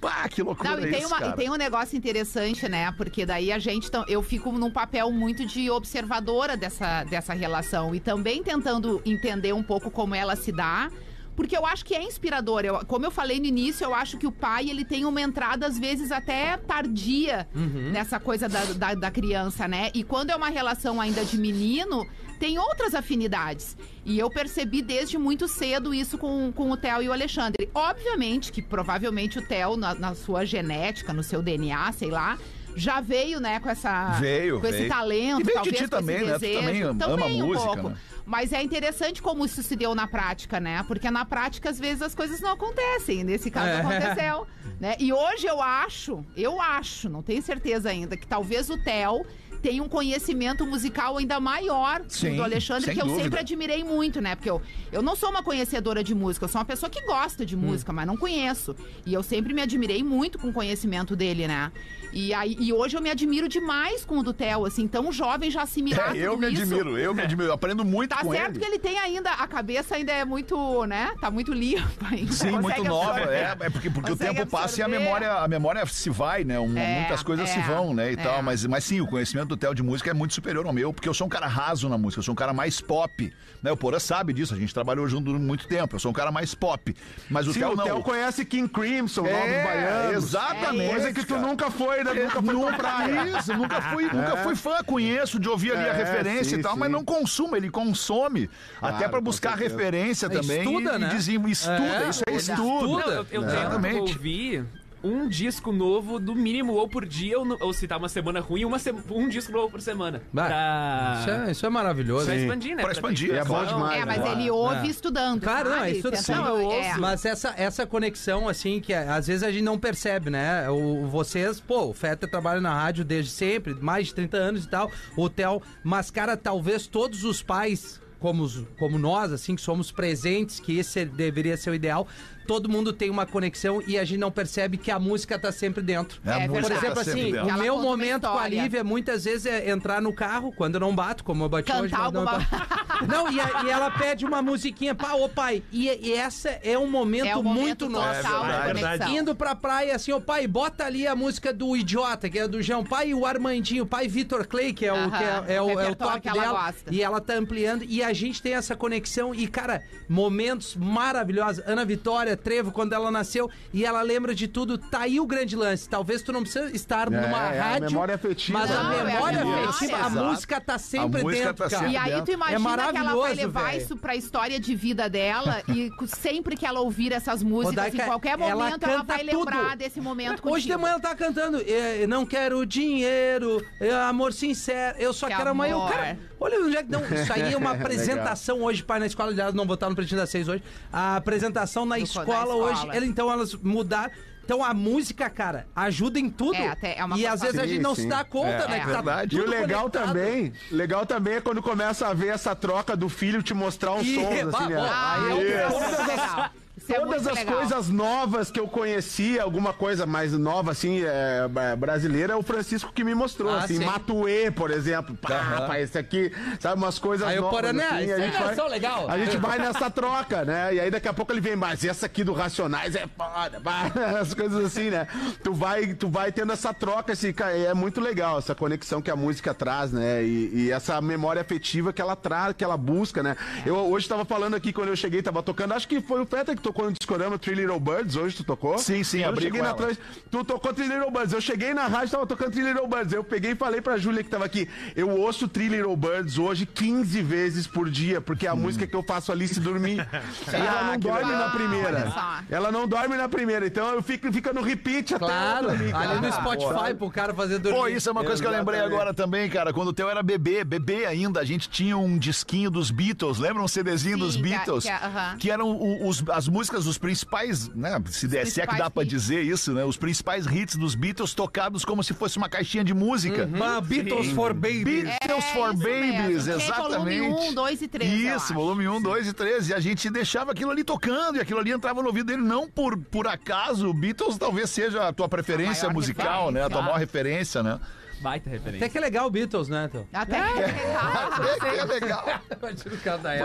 Speaker 4: Pá, que loucura
Speaker 5: Não, e
Speaker 4: é
Speaker 5: tem,
Speaker 4: isso,
Speaker 5: uma- e
Speaker 4: cara.
Speaker 5: tem um negócio interessante, né? Porque daí a gente. tam- Eu fico num papel muito de observadora dessa, dessa relação e também tentando entender um pouco como ela se dá. Porque eu acho que é inspirador. Eu- como eu falei no início, eu acho que o pai ele tem uma entrada, às vezes, até tardia
Speaker 4: Uhum.
Speaker 5: nessa coisa da, da, da criança, né? E quando é uma relação ainda de menino, tem outras afinidades. E eu percebi desde muito cedo isso com, com o Theo e o Alexandre. Obviamente que provavelmente o Theo, na, na sua genética, no seu DNA, sei lá, já veio, né, com essa.
Speaker 4: Veio,
Speaker 5: com esse
Speaker 4: veio.
Speaker 5: talento.
Speaker 4: E veio de
Speaker 5: talvez,
Speaker 4: ti
Speaker 5: com esse
Speaker 4: também, né? Tu
Speaker 5: desejo.
Speaker 4: também ama
Speaker 5: um
Speaker 4: música,
Speaker 5: pouco.
Speaker 4: né?
Speaker 5: Mas é interessante como isso se deu na prática, né? Porque na prática, às vezes, as coisas não acontecem. Nesse caso,
Speaker 4: *laughs*
Speaker 6: É.
Speaker 5: aconteceu. Né? E hoje eu acho, eu acho, não tenho certeza ainda, que talvez o Theo tenha um conhecimento musical ainda maior que
Speaker 4: Sim,
Speaker 5: o do Alexandre,
Speaker 4: sem
Speaker 5: que eu
Speaker 4: dúvida.
Speaker 5: sempre admirei muito, né? Porque eu, eu não sou uma conhecedora de música, eu sou uma pessoa que gosta
Speaker 4: Hum.
Speaker 5: de música, mas não conheço. E eu sempre me admirei muito com o conhecimento dele, né? E, aí, e hoje eu me admiro demais com o do Theo, assim, tão jovem já
Speaker 4: *laughs*
Speaker 5: assimilar
Speaker 4: É, *laughs* eu
Speaker 5: tudo
Speaker 4: me
Speaker 5: isso.
Speaker 4: admiro, eu me admiro, eu aprendo muito
Speaker 5: Tá
Speaker 4: com
Speaker 5: certo
Speaker 4: ele.
Speaker 5: que ele tem ainda, a cabeça ainda é muito, né? Tá muito limpa ainda.
Speaker 4: Sim,
Speaker 5: consegue
Speaker 4: muito nova.
Speaker 5: absorver.
Speaker 4: É, é porque, porque o
Speaker 5: Consegue
Speaker 4: tempo passa e a
Speaker 5: absorver.
Speaker 4: memória, a memória se vai, né? Um-
Speaker 5: É,
Speaker 4: muitas coisas
Speaker 5: é,
Speaker 4: se vão, né? E
Speaker 5: é.
Speaker 4: tal. Mas, mas sim, o conhecimento do Theo de música é muito superior ao meu, porque eu sou um cara raso na música, eu sou um cara mais pop. Né? O Porã sabe disso, a gente trabalhou junto durante muito tempo. Eu sou um cara mais pop. Mas o
Speaker 2: Sim,
Speaker 4: Theo
Speaker 2: o Theo É,
Speaker 4: não. É,
Speaker 2: conhece King Crimson, Novos Baianos.
Speaker 4: exatamente.
Speaker 2: Coisa que tu
Speaker 4: cara.
Speaker 2: nunca foi, né? nunca foi comprar.
Speaker 4: Isso, nunca fui, nunca fui fã, conheço, de ouvir ali a
Speaker 2: É,
Speaker 4: referência
Speaker 2: sim,
Speaker 4: e tal, mas
Speaker 2: sim.
Speaker 4: não consumo, ele consome. até pra
Speaker 2: com
Speaker 4: buscar
Speaker 2: certeza.
Speaker 4: referência também.
Speaker 6: É, Estuda,
Speaker 4: e,
Speaker 6: né?
Speaker 4: E dizem, estuda,
Speaker 6: É,
Speaker 4: isso é
Speaker 6: ele
Speaker 4: estudo.
Speaker 6: estuda.
Speaker 10: Não, eu, eu tento
Speaker 4: Exatamente.
Speaker 10: ouvir um disco novo, no mínimo, ou por dia, ou, no- ou se tá uma semana ruim, uma se- um disco novo por semana.
Speaker 6: Bah,
Speaker 10: pra...
Speaker 6: Isso, é, isso é maravilhoso.
Speaker 10: pra expandir, né?
Speaker 4: Pra expandir,
Speaker 10: ter
Speaker 2: é bom
Speaker 10: discussão.
Speaker 2: demais,
Speaker 5: É,
Speaker 2: né?
Speaker 5: mas
Speaker 4: Ah.
Speaker 5: ele ouve estudando.
Speaker 6: Claro, não, é
Speaker 5: sabe?
Speaker 6: isso tudo sim.
Speaker 5: Tentando-
Speaker 6: Eu
Speaker 5: é.
Speaker 6: Mas essa, essa conexão, assim, que é- às vezes a gente não percebe, né? O, vocês, pô, o Feta trabalha na rádio desde sempre, mais de 30 anos e tal, o Theo, mas, cara, talvez todos os pais. Como, os- como nós, assim, que somos presentes, que esse deveria ser o ideal, todo mundo tem uma conexão e a gente não percebe que a música tá sempre dentro.
Speaker 5: É,
Speaker 4: a música
Speaker 6: Por
Speaker 5: verdade.
Speaker 6: exemplo,
Speaker 4: tá sempre
Speaker 6: assim,
Speaker 4: dentro.
Speaker 6: o
Speaker 5: Ela
Speaker 6: meu
Speaker 5: conta uma
Speaker 6: momento com a
Speaker 5: história.
Speaker 6: Lívia muitas vezes é entrar no carro, quando eu não bato, como eu bati
Speaker 5: Cantar
Speaker 6: hoje. mas não
Speaker 5: alguma- *laughs*
Speaker 6: tá- Não, e, a- e ela pede uma musiquinha, pá, ô pai. E, e essa é um momento,
Speaker 5: É um momento
Speaker 6: muito nosso.
Speaker 4: É
Speaker 5: total de
Speaker 4: verdade.
Speaker 5: conexão.
Speaker 6: Indo pra praia, assim, ô pai, bota ali a música do Idiota, que é do João Pai, e o Armandinho, pai Vitor Clay, que é o,
Speaker 5: Aham,
Speaker 6: que é, é
Speaker 5: o
Speaker 6: o, é o
Speaker 5: repertório
Speaker 6: top
Speaker 5: que ela
Speaker 6: dela.
Speaker 5: gosta.
Speaker 6: E ela tá ampliando, e a gente tem essa conexão, e cara, momentos maravilhosos. Ana Vitória, Trevo, quando ela nasceu, e ela lembra de tudo, tá aí o grande lance. Talvez tu não precisa estar numa
Speaker 2: é a
Speaker 6: rádio,
Speaker 2: memória afetiva,
Speaker 6: mas a
Speaker 5: Não, é a
Speaker 6: memória
Speaker 5: memória.
Speaker 6: afetiva, a
Speaker 5: Exato.
Speaker 6: música tá sempre
Speaker 4: música
Speaker 6: dentro,
Speaker 4: tá
Speaker 6: cara.
Speaker 4: sempre
Speaker 5: E aí tu imagina que ela vai
Speaker 6: maravilhoso,
Speaker 5: levar
Speaker 6: velho.
Speaker 5: isso pra história de vida dela e cu- sempre que ela ouvir essas músicas,
Speaker 6: Rodaica,
Speaker 5: em qualquer
Speaker 6: ela
Speaker 5: momento, ela,
Speaker 6: canta
Speaker 5: vai lembrar
Speaker 6: tudo.
Speaker 5: desse momento contigo.
Speaker 6: Hoje de manhã ela tava cantando eh, Não quero dinheiro, eh, amor sincero Eu só
Speaker 5: Que
Speaker 6: quero amor eu,
Speaker 5: amor.
Speaker 6: cara, Olha onde é que não, isso aí é uma apresentação Hoje, pai, na escola, aliás, não votaram no Pretinho das Seis hoje A apresentação na
Speaker 5: Do- da
Speaker 6: escola,
Speaker 5: escola.
Speaker 6: hoje ela, Então elas mudaram então a música, cara, ajuda em tudo.
Speaker 5: É, até- é uma
Speaker 6: e às
Speaker 5: coisa-
Speaker 6: vezes a
Speaker 2: Sim,
Speaker 6: gente não
Speaker 2: sim.
Speaker 6: se dá conta,
Speaker 5: É,
Speaker 6: né? que tá
Speaker 4: verdade.
Speaker 2: E o
Speaker 6: tudo
Speaker 2: legal
Speaker 6: conectado.
Speaker 2: também, legal também é quando começa a ver essa troca do filho te mostrar os
Speaker 6: Ih,
Speaker 2: sons, assim,
Speaker 6: bah,
Speaker 2: né?
Speaker 6: bah.
Speaker 5: Ah,
Speaker 6: Aí
Speaker 5: é
Speaker 2: é.
Speaker 5: um processo legal. Isso é
Speaker 2: Todas
Speaker 5: muito
Speaker 2: as
Speaker 5: legal.
Speaker 2: coisas novas que eu conhecia, alguma coisa mais nova, assim, é, ba- brasileira, é o Francisco que me mostrou,
Speaker 6: Ah,
Speaker 2: assim,
Speaker 6: sim.
Speaker 2: Matuê, por exemplo. Pá, pá, esse aqui, sabe, umas coisas
Speaker 6: Aí o
Speaker 2: novas.
Speaker 6: Paraná,
Speaker 2: assim,
Speaker 6: isso
Speaker 2: a
Speaker 6: aí
Speaker 2: gente
Speaker 6: não é
Speaker 2: vai-
Speaker 6: só legal.
Speaker 2: A gente vai nessa troca, né? E aí daqui a pouco ele vem, mas essa aqui do Racionais é foda, pá", *laughs* as coisas assim, né? Tu vai, tu vai tendo essa troca, assim, cara, é muito legal essa conexão que a música traz, né? E, e essa memória afetiva que ela traz, que ela busca, né? Eu hoje tava falando aqui quando eu cheguei, tava tocando, acho que foi o Feta que tocou no Discorama, Three Little Birds, hoje tu tocou?
Speaker 4: Sim, sim,
Speaker 2: eu
Speaker 4: abri
Speaker 2: cheguei
Speaker 4: com
Speaker 2: na
Speaker 4: ela.
Speaker 2: trans... Tu tocou Three Little Birds, eu cheguei na rádio, tava tocando Three Little Birds, eu peguei e falei pra Júlia que tava aqui, eu ouço Three Little Birds hoje 15 vezes por dia, porque é a música que eu faço ali se
Speaker 6: *laughs*
Speaker 2: dormir. E
Speaker 6: Ah,
Speaker 2: ela não dorme
Speaker 5: legal.
Speaker 2: na primeira.
Speaker 5: Olha só.
Speaker 2: Ela não dorme na primeira, então eu fico, fica no repeat até
Speaker 6: Claro,
Speaker 2: ela dormir, cara.
Speaker 6: ali no Spotify pro cara fazer dormir.
Speaker 4: Pô, isso é uma coisa que eu lembrei
Speaker 2: Exatamente.
Speaker 4: agora também, cara. Quando o teu era bebê, bebê ainda, a gente tinha um disquinho dos Beatles. Lembra um CDzinho dos
Speaker 5: Sim, que a-
Speaker 4: Beatles?
Speaker 5: que a- aham.
Speaker 4: Que eram o- os- as músicas, os principais, né? Se, der- se é que
Speaker 5: principais
Speaker 4: dá pra
Speaker 5: hits.
Speaker 4: dizer isso, né? Os principais hits dos Beatles tocados como se fosse uma caixinha de música.
Speaker 6: Bah, Beatles for Baby.
Speaker 4: Beatles
Speaker 5: É
Speaker 4: for
Speaker 5: Uhum. isso
Speaker 4: Babies,
Speaker 5: mesmo. Tem
Speaker 4: exatamente.
Speaker 5: volume um, dois e três, eu
Speaker 4: Isso,
Speaker 5: acho.
Speaker 4: volume 1, 2 e 3. E a gente deixava aquilo ali tocando, e aquilo ali entrava no ouvido dele, não por, por acaso. Beatles talvez seja a tua preferência
Speaker 5: maior
Speaker 4: musical, né? A tua
Speaker 5: referência.
Speaker 4: maior referência, né?
Speaker 10: Baita
Speaker 6: Até
Speaker 10: referência.
Speaker 6: que é legal Beatles, né, então?
Speaker 5: Até *laughs* que Tá,
Speaker 4: É, que legal. *laughs*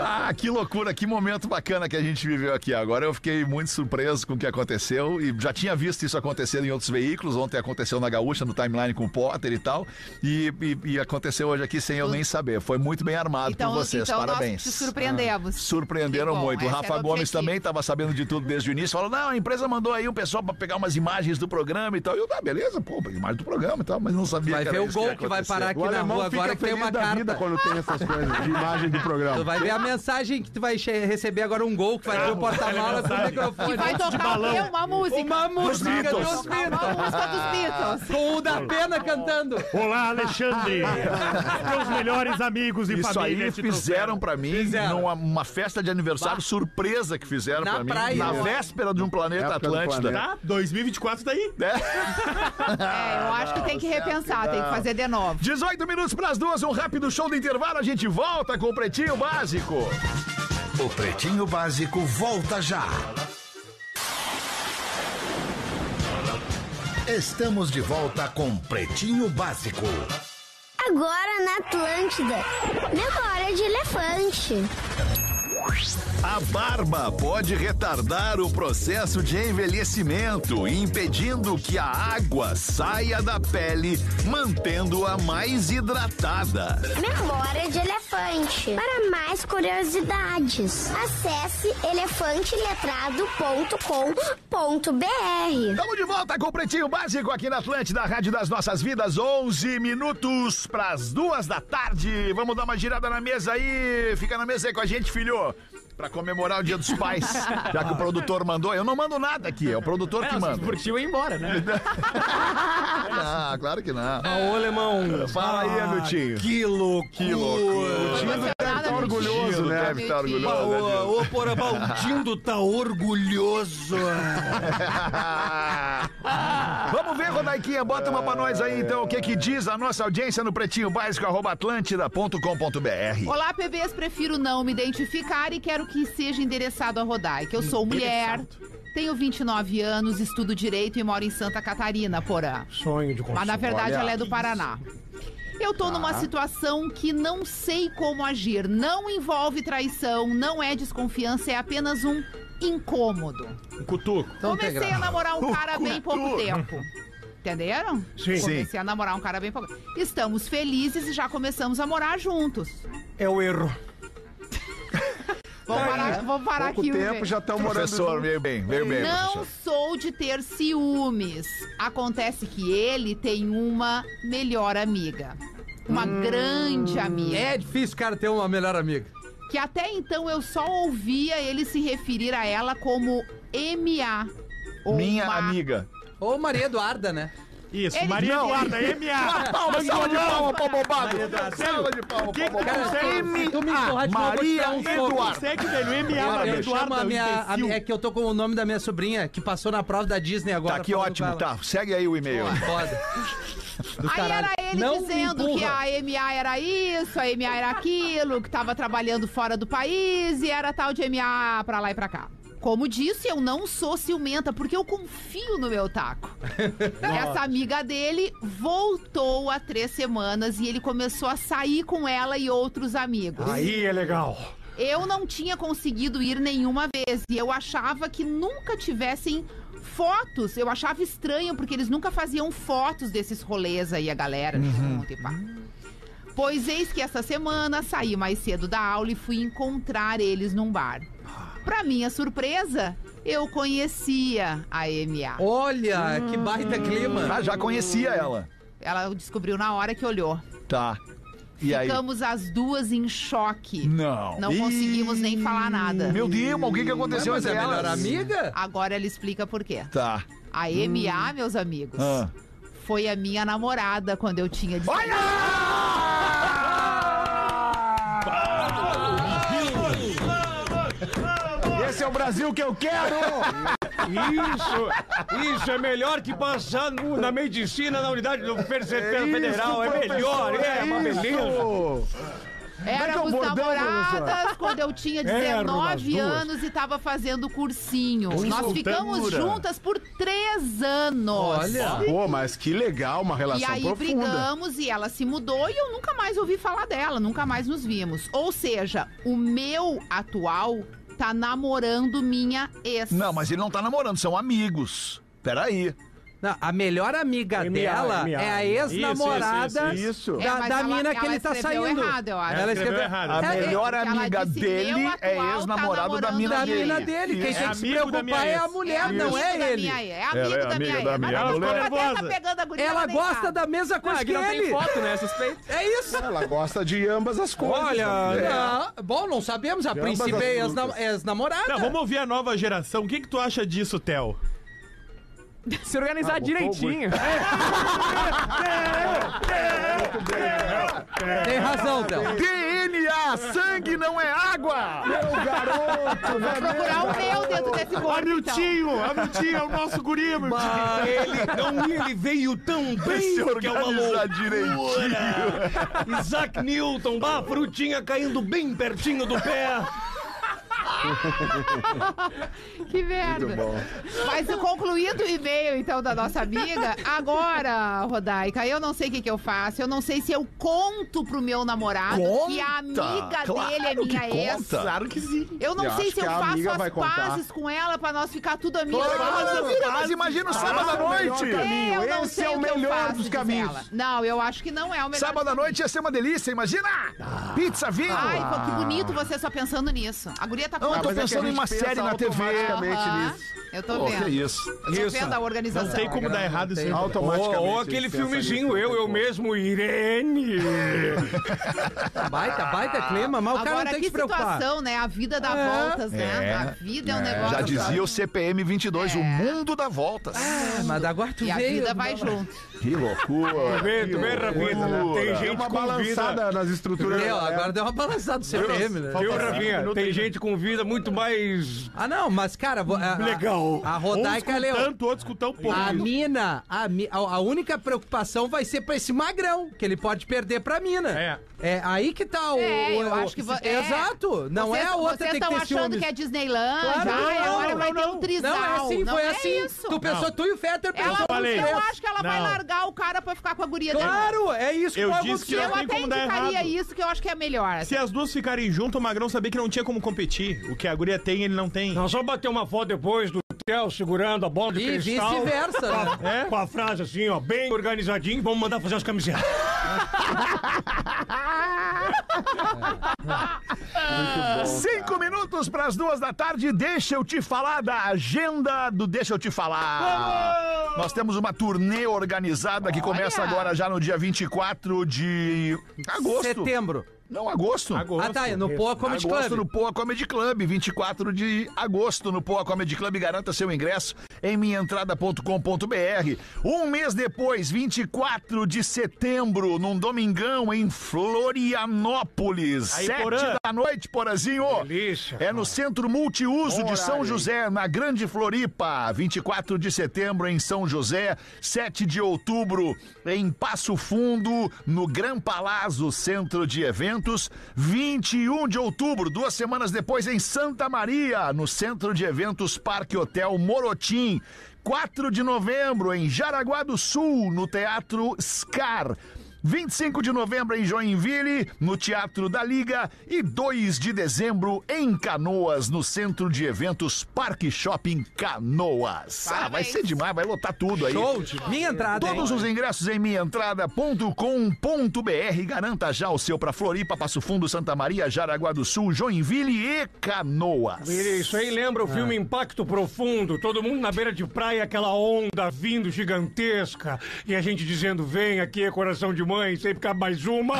Speaker 4: Ah, que loucura, que momento bacana que a gente viveu aqui. Agora eu fiquei muito surpreso com o que aconteceu e já tinha visto isso acontecer em outros veículos. Ontem aconteceu na Gaúcha, no timeline com o Potter e tal. E, e- e aconteceu hoje aqui sem eu nem saber. Foi muito bem armado
Speaker 5: então,
Speaker 4: por vocês,
Speaker 5: então
Speaker 4: parabéns. Ah,
Speaker 5: nós te surpreendemos.
Speaker 4: Surpreenderam
Speaker 5: Que bom,
Speaker 4: muito. O
Speaker 5: esse
Speaker 4: Rafa
Speaker 5: era o
Speaker 4: Gomes
Speaker 5: objetivo.
Speaker 4: também estava sabendo de tudo desde o início. Falou: não, a empresa mandou aí um pessoal para pegar umas imagens do programa e tal. E eu, ah, beleza, pô, imagem do programa e tal, mas não sabia
Speaker 6: Vai
Speaker 4: que era
Speaker 6: ver o
Speaker 4: isso
Speaker 6: gol
Speaker 4: ia
Speaker 6: que vai
Speaker 4: acontecer.
Speaker 6: parar aqui
Speaker 2: O
Speaker 6: na
Speaker 2: alemão
Speaker 6: rua
Speaker 2: fica
Speaker 6: agora que tem
Speaker 2: feliz
Speaker 6: uma
Speaker 2: da vida
Speaker 6: carta.
Speaker 2: quando tem essas coisas de imagem do
Speaker 6: *laughs* Tu
Speaker 2: programa.
Speaker 6: vai ver a mensagem que tu vai che- receber agora um gol que vai ter o porta-malas com o
Speaker 5: E
Speaker 4: Ah,
Speaker 6: microfone.
Speaker 5: vai tocar o quê? Uma música.
Speaker 6: Uma música
Speaker 5: Vai
Speaker 6: dos
Speaker 5: tocar Uma
Speaker 6: Beatles.
Speaker 5: música
Speaker 4: *laughs*
Speaker 5: dos Beatles.
Speaker 6: Com o da Pena cantando.
Speaker 9: Olá, Alexandre! Meus melhores amigos e
Speaker 4: Isso
Speaker 9: família
Speaker 4: aí
Speaker 9: te
Speaker 4: fizeram
Speaker 9: trouxeram.
Speaker 4: pra mim
Speaker 6: Fizeram.
Speaker 4: numa uma festa de aniversário
Speaker 6: Bah.
Speaker 4: surpresa que fizeram
Speaker 6: Na
Speaker 4: pra mim
Speaker 6: praia,
Speaker 4: na
Speaker 6: né?
Speaker 4: véspera de um planeta
Speaker 2: Época do
Speaker 4: Atlântida.
Speaker 2: planeta.
Speaker 7: Tá? 2024 tá aí.
Speaker 4: Ah,
Speaker 5: É, eu acho que tem que repensar, tem que fazer de novo.
Speaker 4: 18 minutos pras duas, um rápido show do intervalo, a gente volta com o Pretinho Básico.
Speaker 3: O Pretinho Básico volta já. Estamos de volta com Pretinho Básico.
Speaker 11: Agora na Atlântida. Memória de elefante.
Speaker 4: A barba pode retardar o processo de envelhecimento, impedindo que a água saia da pele, mantendo-a mais hidratada.
Speaker 11: Memória de elefante. Para mais curiosidades, acesse elefanteletrado.com.br.
Speaker 4: Estamos de volta com o Pretinho Básico aqui na Atlântida, a Rádio das Nossas Vidas, 11 minutos pras duas da tarde. Vamos dar uma girada na mesa aí, fica na mesa aí com a gente, filho. Pra comemorar o Dia dos
Speaker 10: *laughs*
Speaker 4: Pais, já que o produtor mandou. Eu não mando nada aqui, é o produtor que manda.
Speaker 10: Curtiu e ia embora, né?
Speaker 4: *laughs* Ah, claro que não.
Speaker 9: Ô, alemão.
Speaker 4: Fala
Speaker 10: Ah,
Speaker 4: aí, Anutinho.
Speaker 9: Que
Speaker 4: Que loucura. O Tino
Speaker 5: Não
Speaker 4: deve
Speaker 5: nada
Speaker 4: tá
Speaker 5: do
Speaker 4: orgulhoso,
Speaker 5: Tino,
Speaker 4: né?
Speaker 5: tá
Speaker 4: Deve tá
Speaker 5: metido.
Speaker 4: orgulhoso. né, Tino?
Speaker 6: Ô, ô, Porambá, o Dindo tá orgulhoso.
Speaker 4: Vamos ver, Rodaiquinha, bota uma pra nós aí, então, o que que diz a nossa audiência no pretinho básico, arroba atlântida.com.br.
Speaker 5: Olá, PBs, prefiro não me identificar e quero que seja endereçado a Rodaica. Eu sou mulher, tenho 29 anos, estudo direito e moro em Santa Catarina, Porã.
Speaker 9: Sonho de consumo.
Speaker 5: Mas na verdade ela é do Paraná. Eu tô numa situação que não sei como agir. Não envolve traição, não é desconfiança, é apenas um incômodo.
Speaker 7: Um cutuco.
Speaker 6: Então tem
Speaker 5: Comecei a
Speaker 6: graça.
Speaker 5: namorar um cara bem pouco tempo. Entenderam?
Speaker 9: Sim.
Speaker 5: Comecei a namorar um cara bem pouco. Estamos felizes e já começamos a morar juntos.
Speaker 9: É o erro.
Speaker 5: Vamos parar, vamos parar
Speaker 2: Pouco
Speaker 5: aqui. vamos
Speaker 2: tempo
Speaker 5: ver.
Speaker 2: já estão morando
Speaker 4: Professor,
Speaker 2: junto.
Speaker 4: veio bem, veio bem,
Speaker 5: Não
Speaker 4: professor.
Speaker 5: sou de ter ciúmes. Acontece que ele tem uma melhor amiga. Uma grande amiga.
Speaker 6: É difícil, cara, ter uma melhor amiga.
Speaker 5: que até então eu só ouvia ele se referir a ela como MA. ou
Speaker 4: Minha
Speaker 5: Ma.
Speaker 4: amiga.
Speaker 6: Ou Maria Eduarda, né?
Speaker 7: Isso,
Speaker 5: Ele-
Speaker 7: Maria
Speaker 5: Não.
Speaker 7: Eduarda, M.A.
Speaker 4: Ah, Palma, salva de palma, pau bobado.
Speaker 7: Sério,
Speaker 4: Salva de palma,
Speaker 7: quem
Speaker 4: pau
Speaker 7: que tu
Speaker 4: bobado.
Speaker 2: é
Speaker 7: consegue?
Speaker 6: se tu me empurrar de novo, eu vou te dar um
Speaker 4: Maria
Speaker 6: soco.
Speaker 4: Eduarda.
Speaker 7: Consegue, velho, M.A.
Speaker 6: Eu
Speaker 7: Maria
Speaker 6: chamo
Speaker 7: Eduarda,
Speaker 6: a minha- a
Speaker 7: imbecil.
Speaker 6: minha- é que eu tô com o nome da minha sobrinha, que passou na prova da Disney agora.
Speaker 4: Tá aqui
Speaker 6: falando com
Speaker 4: ótimo,
Speaker 6: ela.
Speaker 4: tá. Segue aí o e-mail.
Speaker 6: Pô, Foda. *laughs* Do
Speaker 5: Aí
Speaker 6: caralho.
Speaker 5: era ele
Speaker 6: Não me
Speaker 5: dizendo que
Speaker 6: empurra.
Speaker 5: a MA era isso, a MA era aquilo, que tava trabalhando fora do país e era tal de MA pra lá e pra cá. Como disse, eu não sou ciumenta, porque eu confio no meu taco. Essa amiga dele voltou há três semanas e ele começou a sair com ela e outros amigos.
Speaker 9: Aí é legal.
Speaker 5: Eu não tinha conseguido ir nenhuma vez e eu achava que nunca tivessem fotos. Eu achava estranho porque eles nunca faziam fotos desses rolês aí, a
Speaker 4: Uhum.
Speaker 5: galera junto e pá. Pois eis que essa semana saí mais cedo da aula e fui encontrar eles num bar. Pra minha surpresa, eu conhecia a MA.
Speaker 6: Olha, que
Speaker 5: Hum.
Speaker 6: baita clima.
Speaker 4: Ah, já conhecia ela.
Speaker 5: Ela descobriu na hora que olhou.
Speaker 4: Tá. E aí?
Speaker 5: Ficamos as duas em choque.
Speaker 4: Não.
Speaker 5: Não
Speaker 4: Ih,
Speaker 5: conseguimos nem falar nada.
Speaker 4: Meu Deus, mas o que que aconteceu
Speaker 6: Mas
Speaker 4: entre
Speaker 6: é a melhor
Speaker 4: elas?
Speaker 6: amiga?
Speaker 5: Agora ela explica por quê.
Speaker 4: Tá.
Speaker 5: A MA, meus amigos,
Speaker 4: Ah.
Speaker 5: foi a minha namorada quando eu tinha 18
Speaker 2: Esse é o Brasil que eu quero!
Speaker 9: Isso, isso é melhor que passar no- na medicina na unidade do Percepção Federal. É melhor, é, uma beleza.
Speaker 2: é o
Speaker 5: Éramos
Speaker 2: bordão,
Speaker 5: namoradas quando eu tinha
Speaker 9: Éramos
Speaker 5: 19
Speaker 9: duas.
Speaker 5: anos e tava fazendo cursinho. Nós ficamos juntas por três anos.
Speaker 6: Olha.
Speaker 2: Pô, mas que legal, uma
Speaker 5: E
Speaker 2: relação
Speaker 5: aí
Speaker 2: profunda.
Speaker 5: brigamos e ela se mudou e eu nunca mais ouvi falar dela, nunca mais nos vimos. Ou seja, o meu atual tá namorando minha ex.
Speaker 4: Não, mas ele não tá namorando, são amigos. Peraí.
Speaker 6: Não, a melhor amiga
Speaker 9: MA,
Speaker 6: dela
Speaker 9: MA.
Speaker 6: é a
Speaker 7: Isso,
Speaker 6: ex-namorada
Speaker 7: isso,
Speaker 2: Isso.
Speaker 5: É,
Speaker 6: da,
Speaker 5: mas
Speaker 6: da
Speaker 5: ela-
Speaker 6: mina que
Speaker 5: ela
Speaker 6: ele tá
Speaker 5: escreveu
Speaker 6: saindo.
Speaker 5: errado, eu acho.
Speaker 7: Ela escreveu errado. É
Speaker 4: A
Speaker 6: Ela-
Speaker 4: melhor
Speaker 5: porque ela
Speaker 4: amiga
Speaker 5: disse,
Speaker 4: dele
Speaker 5: "Meu atual
Speaker 4: é ex-namorado
Speaker 5: tá
Speaker 4: da mina
Speaker 6: da
Speaker 5: namorando
Speaker 4: dele.
Speaker 6: mina dele. Quem
Speaker 7: Isso.
Speaker 6: tem que se
Speaker 7: Amigo da minha
Speaker 6: preocupar é a
Speaker 7: ex.
Speaker 6: mulher, não
Speaker 5: amigo da
Speaker 6: é ele.
Speaker 5: Minha, ex, é amigo
Speaker 4: Ela é
Speaker 5: da
Speaker 4: amiga
Speaker 5: minha.
Speaker 4: da minha
Speaker 5: ex. Mas
Speaker 7: ex.
Speaker 5: não,
Speaker 7: Ela
Speaker 5: mas
Speaker 7: ficou
Speaker 5: até tá
Speaker 7: nervosa.
Speaker 5: pegando a guria,
Speaker 6: Ela
Speaker 5: nem
Speaker 6: gosta
Speaker 5: sabe.
Speaker 6: da mesma coisa
Speaker 10: Ah,
Speaker 6: que
Speaker 10: que não tem
Speaker 6: ele.
Speaker 10: foto, né? Suspeito.
Speaker 6: É isso.
Speaker 2: Ela gosta de ambas as coisas.
Speaker 5: É.
Speaker 6: Olha, né? não, bom, não sabemos. A
Speaker 2: ambas
Speaker 6: princípio
Speaker 2: as
Speaker 6: é
Speaker 2: frutas.
Speaker 6: ex-nam- ex-namorada.
Speaker 7: Não, vamos ouvir a nova geração. O que, que tu acha disso, Theo?
Speaker 10: Se organizar direitinho.
Speaker 6: Tem razão, Théo.
Speaker 4: DNA, sangue não é água!
Speaker 5: Procurar o meu
Speaker 2: *laughs*
Speaker 5: dentro desse corpo, então.
Speaker 7: Amiltinho, Amiltinho, é o nosso guri, Amiltinho.
Speaker 9: ele, não, ele veio tão bem
Speaker 4: Se
Speaker 9: que é uma
Speaker 4: organizar
Speaker 9: loucura.
Speaker 4: direitinho.
Speaker 9: Isaac Newton, bah, a frutinha caindo bem pertinho do pé.
Speaker 5: Que merda. Mas eu concluindo o e-mail, então, da nossa amiga, agora, Rodaica, eu não sei o que, que eu faço. Eu não sei se eu conto pro meu namorado que a
Speaker 4: Conta,
Speaker 5: amiga
Speaker 4: claro
Speaker 5: dele é
Speaker 4: que
Speaker 5: minha ex.
Speaker 4: conta.
Speaker 7: Claro que sim.
Speaker 5: Eu não
Speaker 2: Eu
Speaker 5: sei
Speaker 2: acho
Speaker 5: se eu
Speaker 2: que a
Speaker 5: faço
Speaker 2: amiga vai
Speaker 5: as
Speaker 2: contar.
Speaker 5: pazes com ela pra nós ficar tudo amigo.
Speaker 4: Claro, filha, mas imagina o sábado à noite.
Speaker 5: É, eu não
Speaker 2: Esse
Speaker 5: sei
Speaker 2: é o
Speaker 5: que eu
Speaker 2: melhor
Speaker 5: faço,
Speaker 2: dos
Speaker 5: diz
Speaker 2: caminhos.
Speaker 5: ela. Não, eu acho que não é o melhor.
Speaker 4: Sábado à noite ia ser uma delícia, imagina! Pizza, vinho!
Speaker 5: Ai, pô, que bonito você só pensando nisso. A guria tá
Speaker 4: Não, eu
Speaker 5: falando
Speaker 2: é
Speaker 4: tô pensando em uma série na TV.
Speaker 5: automaticamente
Speaker 2: automaticamente
Speaker 5: Aham.
Speaker 2: nisso.
Speaker 5: Eu tô
Speaker 4: Pô,
Speaker 5: vendo.
Speaker 4: que isso.
Speaker 5: Eu tô vendo a organização.
Speaker 7: Não tem como dar errado isso.
Speaker 9: Ou
Speaker 2: Automaticamente.
Speaker 9: aquele
Speaker 2: eles pensam
Speaker 9: filmezinho,
Speaker 2: nisso,
Speaker 9: eu, eu
Speaker 2: pô.
Speaker 9: mesmo, Irene.
Speaker 6: Baita, baita clima, mas o cara
Speaker 5: Agora,
Speaker 6: não tem que
Speaker 5: que
Speaker 6: se preocupar. É.
Speaker 5: situação, né? A vida dá voltas, né? A vida é um negócio.
Speaker 4: Já dizia o CPM 22, o mundo dá voltas.
Speaker 6: Ah, mas agora tu
Speaker 5: E a
Speaker 6: veio.
Speaker 5: vida vai junto.
Speaker 4: Que loucura.
Speaker 9: Vê, tu vê, Rafinha,
Speaker 7: né?
Speaker 9: tem
Speaker 2: Tem
Speaker 9: gente
Speaker 2: é uma
Speaker 9: com vida...
Speaker 2: balançada nas estruturas. assim,
Speaker 6: Deu,
Speaker 2: É.
Speaker 6: agora deu uma balançada do CPM, né?
Speaker 9: Viu, Rafinha? Tem gente com vida muito mais...
Speaker 6: Ah, não, mas, cara, vo- a, a-
Speaker 9: Legal.
Speaker 6: A, Rodaica
Speaker 7: Uns com
Speaker 6: leu.
Speaker 7: tanto, outros com tão pouco.
Speaker 6: A mina, a, mi- a, a única preocupação vai ser pra esse magrão, que ele pode perder pra mina.
Speaker 7: É.
Speaker 6: É aí que tá o.
Speaker 5: É, eu
Speaker 6: o-
Speaker 5: acho que vo- é.
Speaker 6: Exato. Não
Speaker 5: vocês,
Speaker 6: é a outra
Speaker 5: Vocês
Speaker 6: tem que
Speaker 5: estão
Speaker 6: ter
Speaker 5: achando
Speaker 6: ciúmes.
Speaker 5: que é Disneyland,
Speaker 6: Claro,
Speaker 5: ai,
Speaker 6: não,
Speaker 5: agora
Speaker 6: não,
Speaker 5: vai ter
Speaker 6: não.
Speaker 5: um trisal.
Speaker 6: Não, é assim, foi assim.
Speaker 5: isso.
Speaker 6: Tu assim, pensou, tu e o Fetter
Speaker 5: Ela,
Speaker 6: pensou.
Speaker 7: falei.
Speaker 5: eu acho que ela vai
Speaker 7: Não.
Speaker 5: largar o cara pra ficar com a guria dele.
Speaker 6: Claro, é isso que
Speaker 7: Eu
Speaker 6: vai
Speaker 7: disse que
Speaker 5: Eu
Speaker 7: não
Speaker 6: acontecer.
Speaker 7: tem
Speaker 5: até
Speaker 7: como dar
Speaker 5: indicaria
Speaker 7: errado.
Speaker 5: isso, que eu acho que é melhor.
Speaker 7: Se as duas ficarem junto, o Magrão sabia que não tinha como competir. O que a guria tem, ele não tem.
Speaker 9: Nós só bater uma foto depois do Theo segurando a bola de
Speaker 6: E
Speaker 9: cristal.
Speaker 6: vice-versa, né?
Speaker 9: Com a- Com a frase assim, ó, bem organizadinho, vamos mandar fazer as camisetas.
Speaker 4: Cinco minutos pras duas da tarde, deixa eu te falar da agenda do Deixa eu te falar. Nós temos uma turnê organizada que começa
Speaker 5: Olha.
Speaker 4: agora já no dia 24 de agosto.
Speaker 6: Setembro.
Speaker 4: Não, agosto.
Speaker 6: Ah, tá, no Poa Comedy
Speaker 4: agosto
Speaker 6: Club.
Speaker 4: no Poa Comedy Club, 24 de agosto no Poa Comedy Club. Garanta seu ingresso em minhaentrada.com.br. Um mês depois, 24 de setembro, num domingão em Florianópolis.
Speaker 7: Aí,
Speaker 4: Sete
Speaker 7: Porã.
Speaker 4: da noite, Porazinho.
Speaker 9: Delícia,
Speaker 4: É no Centro Multiuso de São José, na Grande Floripa. 24 de setembro em São José, 7 de outubro em Passo Fundo, no Gran Palazzo Centro de Eventos. 21 de outubro, duas semanas depois, em Santa Maria, no Centro de Eventos Parque Hotel Morotim. 4 de novembro em Jaraguá do Sul, no Teatro Scar. 25 de novembro em Joinville, no Teatro da Liga, e 2 de dezembro em Canoas, no Centro de Eventos Parque Shopping Canoas. Ah, vai
Speaker 5: Parabéns.
Speaker 4: ser demais, vai lotar tudo aí.
Speaker 6: Show, de- minha entrada. hein?
Speaker 4: Todos os ingressos em minhaentrada.com.br. Garanta já o seu para Floripa, Passo Fundo, Santa Maria, Jaraguá do Sul, Joinville e Canoas.
Speaker 9: Isso aí lembra o filme Impacto Profundo, todo mundo na beira de praia, aquela onda vindo gigantesca, e a gente dizendo, vem aqui, é coração de mãe, sem ficar mais uma.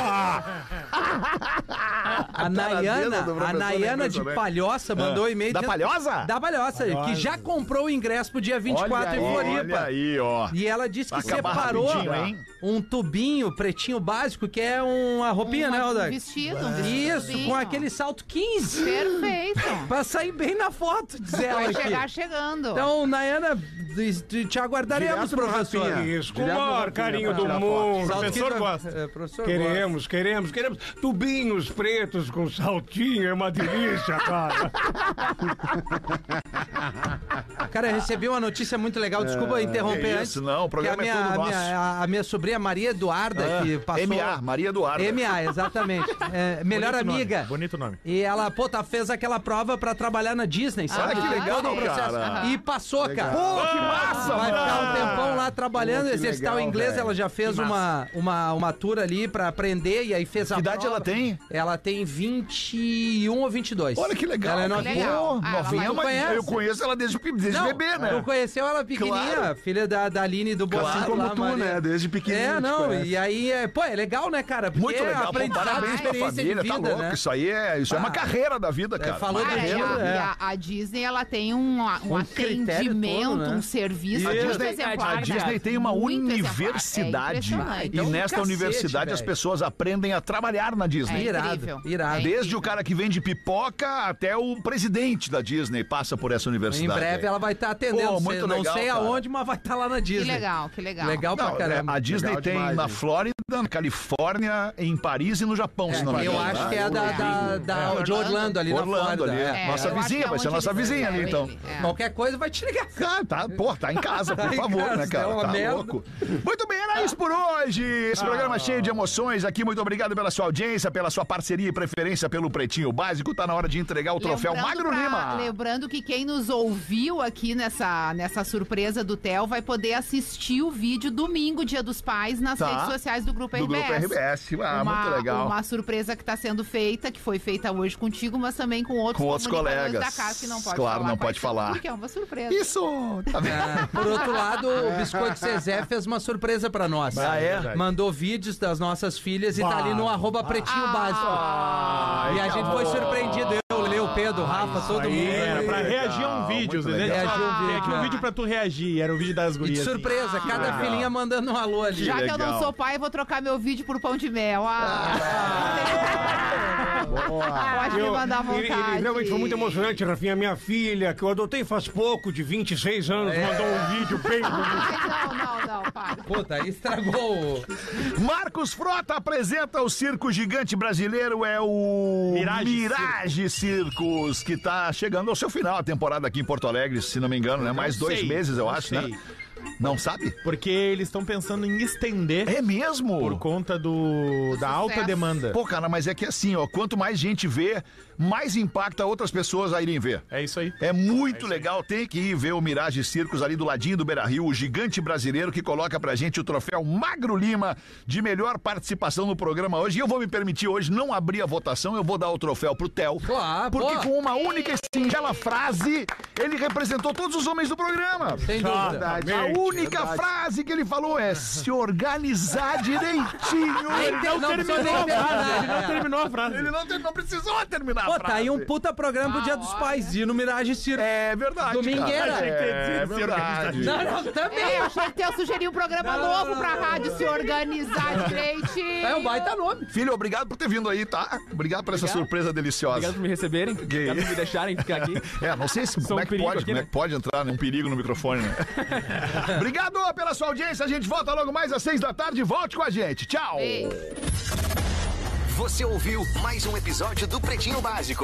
Speaker 6: A Nayana,
Speaker 4: do
Speaker 6: a
Speaker 4: professor é
Speaker 6: Nayana de
Speaker 4: impressionante.
Speaker 6: Palhoça mandou um e-mail.
Speaker 4: Da
Speaker 6: dizendo-
Speaker 4: Palhoça?
Speaker 6: Da Palhoça, que já comprou o ingresso pro dia 24 em
Speaker 4: Olha
Speaker 6: Floripa.
Speaker 4: aí, ó.
Speaker 6: E ela disse que
Speaker 4: Vai acabar
Speaker 6: separou
Speaker 4: rapidinho, hein?
Speaker 6: um tubinho pretinho básico, que é uma roupinha, né,
Speaker 5: Um
Speaker 6: Rodak?
Speaker 5: vestido, um vestido.
Speaker 6: Isso, com aquele salto 15.
Speaker 5: Perfeito.
Speaker 6: Pra sair bem na foto, diz ela
Speaker 5: Vai chegar
Speaker 6: aqui.
Speaker 5: chegando.
Speaker 6: Então, Nayana, de- de- te aguardaremos,
Speaker 2: Direto pro
Speaker 6: professor.
Speaker 2: Rafinha.
Speaker 9: Isso, com o
Speaker 2: Direto no
Speaker 9: maior
Speaker 2: Rafinha
Speaker 9: carinho
Speaker 2: pra
Speaker 9: do
Speaker 2: tirar foto.
Speaker 9: mundo.
Speaker 6: Salto
Speaker 7: professor
Speaker 6: 15,
Speaker 7: gosta.
Speaker 6: é, professor gosta.
Speaker 9: Queremos, queremos, queremos. Tubinhos pretos com saltinho é uma delícia, cara.
Speaker 6: Cara, eu recebi uma notícia muito legal, desculpa interromper
Speaker 4: É, que
Speaker 6: antes.
Speaker 4: isso, não, o programa
Speaker 6: que a
Speaker 4: é
Speaker 6: minha,
Speaker 4: todo
Speaker 6: a minha-
Speaker 4: nosso. Ah,
Speaker 6: a- a minha sobrinha Maria Eduarda, que passou.
Speaker 4: MA, Maria Eduarda. *laughs*
Speaker 6: MA, exatamente. É, melhor
Speaker 7: Bonito nome,
Speaker 6: amiga.
Speaker 7: Bonito nome.
Speaker 6: E ela, pô, tá, fez aquela prova pra trabalhar na Disney, sabe?
Speaker 4: que
Speaker 6: Todo
Speaker 4: legal,
Speaker 6: o processo.
Speaker 4: cara.
Speaker 6: E passou, cara. Pô, que massa, Vai ficar um tempão lá trabalhando, exercitar o inglês. Ela já fez uma, uma, uma tour ali pra aprender e aí fez a
Speaker 4: Que idade
Speaker 6: prova.
Speaker 4: ela tem?
Speaker 6: Ela tem 21 ou 22.
Speaker 4: Olha que legal.
Speaker 6: Ela é
Speaker 4: cara.
Speaker 6: novinha.
Speaker 5: Legal.
Speaker 4: Pô,
Speaker 5: Ah, ela
Speaker 4: novinha,
Speaker 6: vai-
Speaker 4: mas
Speaker 6: conhece.
Speaker 4: eu conheço ela desde, desde
Speaker 6: Não,
Speaker 4: bebê, né?
Speaker 6: Tu conheceu ela pequenininha,
Speaker 4: Claro.
Speaker 6: filha da, da Aline do Bolsonaro.
Speaker 2: Assim como tu, né? Desde pequenininho. tipo,
Speaker 6: É,
Speaker 2: te
Speaker 6: não,
Speaker 2: conhece.
Speaker 6: e aí, é, pô, é legal, né, cara? Porque
Speaker 4: Muito legal, pô,
Speaker 6: aprendizado,
Speaker 4: parabéns pra
Speaker 6: experiência
Speaker 4: família,
Speaker 6: de
Speaker 4: tá
Speaker 6: vida,
Speaker 4: louco,
Speaker 6: né?
Speaker 4: isso aí é, isso é uma
Speaker 6: Ah.
Speaker 4: carreira da vida, cara.
Speaker 6: falou
Speaker 4: Uma
Speaker 5: Cara, e
Speaker 4: carreira.
Speaker 5: a,
Speaker 6: é.
Speaker 5: e a- a Disney, ela tem um, a- um,
Speaker 6: Um critério
Speaker 5: atendimento,
Speaker 6: todo, né?
Speaker 5: um serviço
Speaker 4: A
Speaker 5: muito
Speaker 4: Disney-
Speaker 6: é
Speaker 5: exemplar.
Speaker 4: a Disney
Speaker 5: cara.
Speaker 4: tem uma
Speaker 5: Muito exemplar. É
Speaker 4: universidade
Speaker 5: impressionante.
Speaker 4: e
Speaker 6: Então, do
Speaker 4: nesta
Speaker 6: cacete,
Speaker 4: universidade as
Speaker 6: velho.
Speaker 4: pessoas aprendem a trabalhar na
Speaker 5: É
Speaker 4: Disney.
Speaker 6: Irado,
Speaker 5: incrível.
Speaker 6: irado.
Speaker 5: É
Speaker 4: Desde o cara que vende pipoca até o presidente da Disney passa por essa
Speaker 6: Em
Speaker 4: universidade.
Speaker 6: breve ela vai estar atendendo.
Speaker 4: Pô, muito
Speaker 6: sei- não
Speaker 4: legal,
Speaker 6: sei
Speaker 4: cara.
Speaker 6: aonde, mas vai estar lá na
Speaker 5: Que
Speaker 6: Disney.
Speaker 5: legal, que legal.
Speaker 6: Legal pra
Speaker 4: Não, é,
Speaker 6: caramba. É,
Speaker 4: a Disney
Speaker 2: Legal
Speaker 4: tem
Speaker 2: demais,
Speaker 4: na
Speaker 2: gente.
Speaker 4: Flórida, na Califórnia, em Paris e no Japão, se não me
Speaker 6: Eu
Speaker 4: engano.
Speaker 6: acho que é a
Speaker 4: né?
Speaker 6: da, da, da-
Speaker 5: É.
Speaker 6: de Orlando ali na
Speaker 4: Orlando
Speaker 6: Flórida.
Speaker 4: ali.
Speaker 6: é.
Speaker 4: Nossa
Speaker 5: eu acho
Speaker 4: vizinha,
Speaker 5: que é
Speaker 4: vai ser
Speaker 5: onde
Speaker 4: nossa
Speaker 5: eles
Speaker 4: vizinha ali,
Speaker 5: fizeram
Speaker 4: então.
Speaker 5: ele, é.
Speaker 6: Qualquer coisa vai te ligar.
Speaker 4: Ah, tá, pô, tá em casa,
Speaker 6: Tá
Speaker 4: por
Speaker 6: em
Speaker 4: favor,
Speaker 6: casa,
Speaker 4: né,
Speaker 6: é
Speaker 4: cara?
Speaker 6: uma
Speaker 4: Tá
Speaker 6: merda.
Speaker 4: louco. Muito bem, era isso por hoje. Esse programa cheio de emoções aqui. Muito obrigado pela sua audiência, pela sua parceria e preferência pelo Pretinho Básico. Tá na hora de entregar o troféu Magro
Speaker 5: pra-
Speaker 4: Lima.
Speaker 5: Lembrando que quem nos ouviu aqui nessa, nessa surpresa do Theo vai poder assistir o vídeo domingo, Dia dos Pais, nas
Speaker 4: Tá.
Speaker 5: redes sociais do Grupo RBS.
Speaker 4: Do Grupo RBS. Ah,
Speaker 5: uma,
Speaker 4: muito legal.
Speaker 5: Uma surpresa que está sendo feita, que foi feita hoje contigo, mas também com outros
Speaker 4: Com outros
Speaker 5: comunicadores
Speaker 4: colegas.
Speaker 5: da casa que não pode
Speaker 4: Claro,
Speaker 5: falar.
Speaker 4: não
Speaker 5: quais
Speaker 4: pode
Speaker 5: são,
Speaker 4: falar.
Speaker 5: Porque é uma surpresa.
Speaker 4: Isso! Tá vendo?
Speaker 6: Ah, Por outro lado, o Biscoito Zezé fez uma surpresa pra nós.
Speaker 4: Ah, é?
Speaker 6: Mandou vídeos das nossas filhas e tá ali no arroba pretinho básico.
Speaker 4: Ah,
Speaker 6: e a gente foi surpreendido. Eu, Leo, Pedro, Rafa, todo mundo.
Speaker 7: Era pra reagir a um vídeo, Zezé.
Speaker 6: legal.
Speaker 7: Reagir
Speaker 6: Reagir um vídeo,
Speaker 7: um
Speaker 6: é.
Speaker 7: vídeo *laughs* pra tu reagir. Era o vídeo das
Speaker 6: E de
Speaker 7: gurias. assim.
Speaker 6: surpresa, cada
Speaker 4: legal.
Speaker 6: filhinha mandando um alô ali.
Speaker 5: Já que, eu não
Speaker 4: é legal.
Speaker 5: sou pai, eu vou trocar meu vídeo por pão de mel. *laughs* Ah, pode me mandar à
Speaker 9: Ele, ele
Speaker 5: vontade.
Speaker 9: realmente foi muito emocionante, Rafinha. Minha filha, que eu adotei faz pouco, de 26 anos, mandou um vídeo bem bonito.
Speaker 5: Ai, não, não, não, para.
Speaker 6: Puta, aí estragou. o-
Speaker 4: Marcos Frota apresenta o circo gigante brasileiro, é o
Speaker 7: Mirage
Speaker 4: Mirage Circos, que tá chegando ao seu final a temporada aqui em Porto Alegre, se não me engano, né? Mais dois
Speaker 7: sei,
Speaker 4: meses, eu
Speaker 7: não
Speaker 4: acho,
Speaker 7: sei.
Speaker 4: né? Não sabe?
Speaker 7: Porque eles estão pensando em estender
Speaker 4: É mesmo?
Speaker 7: por conta do, da alta
Speaker 5: sucesso.
Speaker 7: demanda.
Speaker 4: Pô, cara, mas é que assim, ó, quanto mais gente vê, mais impacta outras pessoas a irem ver.
Speaker 7: É isso aí.
Speaker 4: É muito legal, tem que ir ver o Mirage Circos ali do ladinho do Beira Rio, o gigante brasileiro que coloca pra gente o troféu Magro Lima de melhor participação no programa hoje. E eu vou me permitir hoje não abrir a votação, eu vou dar o troféu pro Theo.
Speaker 6: Claro,
Speaker 4: porque
Speaker 6: pô.
Speaker 4: com uma única e singela frase, ele representou todos os homens do programa.
Speaker 6: Sem dúvida.
Speaker 4: A única frase que ele falou é se organizar direitinho.
Speaker 6: Nem ter- não precisou nem terminar,
Speaker 7: Ele não
Speaker 6: é.
Speaker 7: terminou a frase.
Speaker 4: *laughs* Ele não, tem- não precisou terminar a
Speaker 6: Pô,
Speaker 4: frase.
Speaker 6: tá aí um puta programa pro Dia dos Pais. E no Mirage Circo.
Speaker 4: É verdade.
Speaker 6: Domingueira.
Speaker 4: cara.
Speaker 6: Achei que
Speaker 4: É verdade.
Speaker 6: Não, não, também.
Speaker 5: É, eu achei que eu sugeri um programa
Speaker 6: Não,
Speaker 5: novo
Speaker 6: não,
Speaker 5: pra
Speaker 6: não,
Speaker 5: rádio se organizar direitinho.
Speaker 6: É um baita nome.
Speaker 4: Filho, obrigado por ter vindo aí, tá? Obrigado por essa surpresa
Speaker 10: Obrigado
Speaker 4: deliciosa.
Speaker 10: por me receberem. Obrigado por me deixarem ficar aqui.
Speaker 4: É, não sei se,
Speaker 10: Sou
Speaker 4: como
Speaker 10: um
Speaker 4: é que
Speaker 10: perigo
Speaker 4: pode,
Speaker 10: aqui,
Speaker 4: como é
Speaker 10: né?
Speaker 4: que pode entrar né? um perigo no microfone,
Speaker 10: *laughs*
Speaker 4: né? Obrigado pela sua audiência. A gente volta logo mais às seis da tarde. Volte com a gente. Tchau.
Speaker 5: Ei.
Speaker 1: Você ouviu mais um episódio do Pretinho Básico.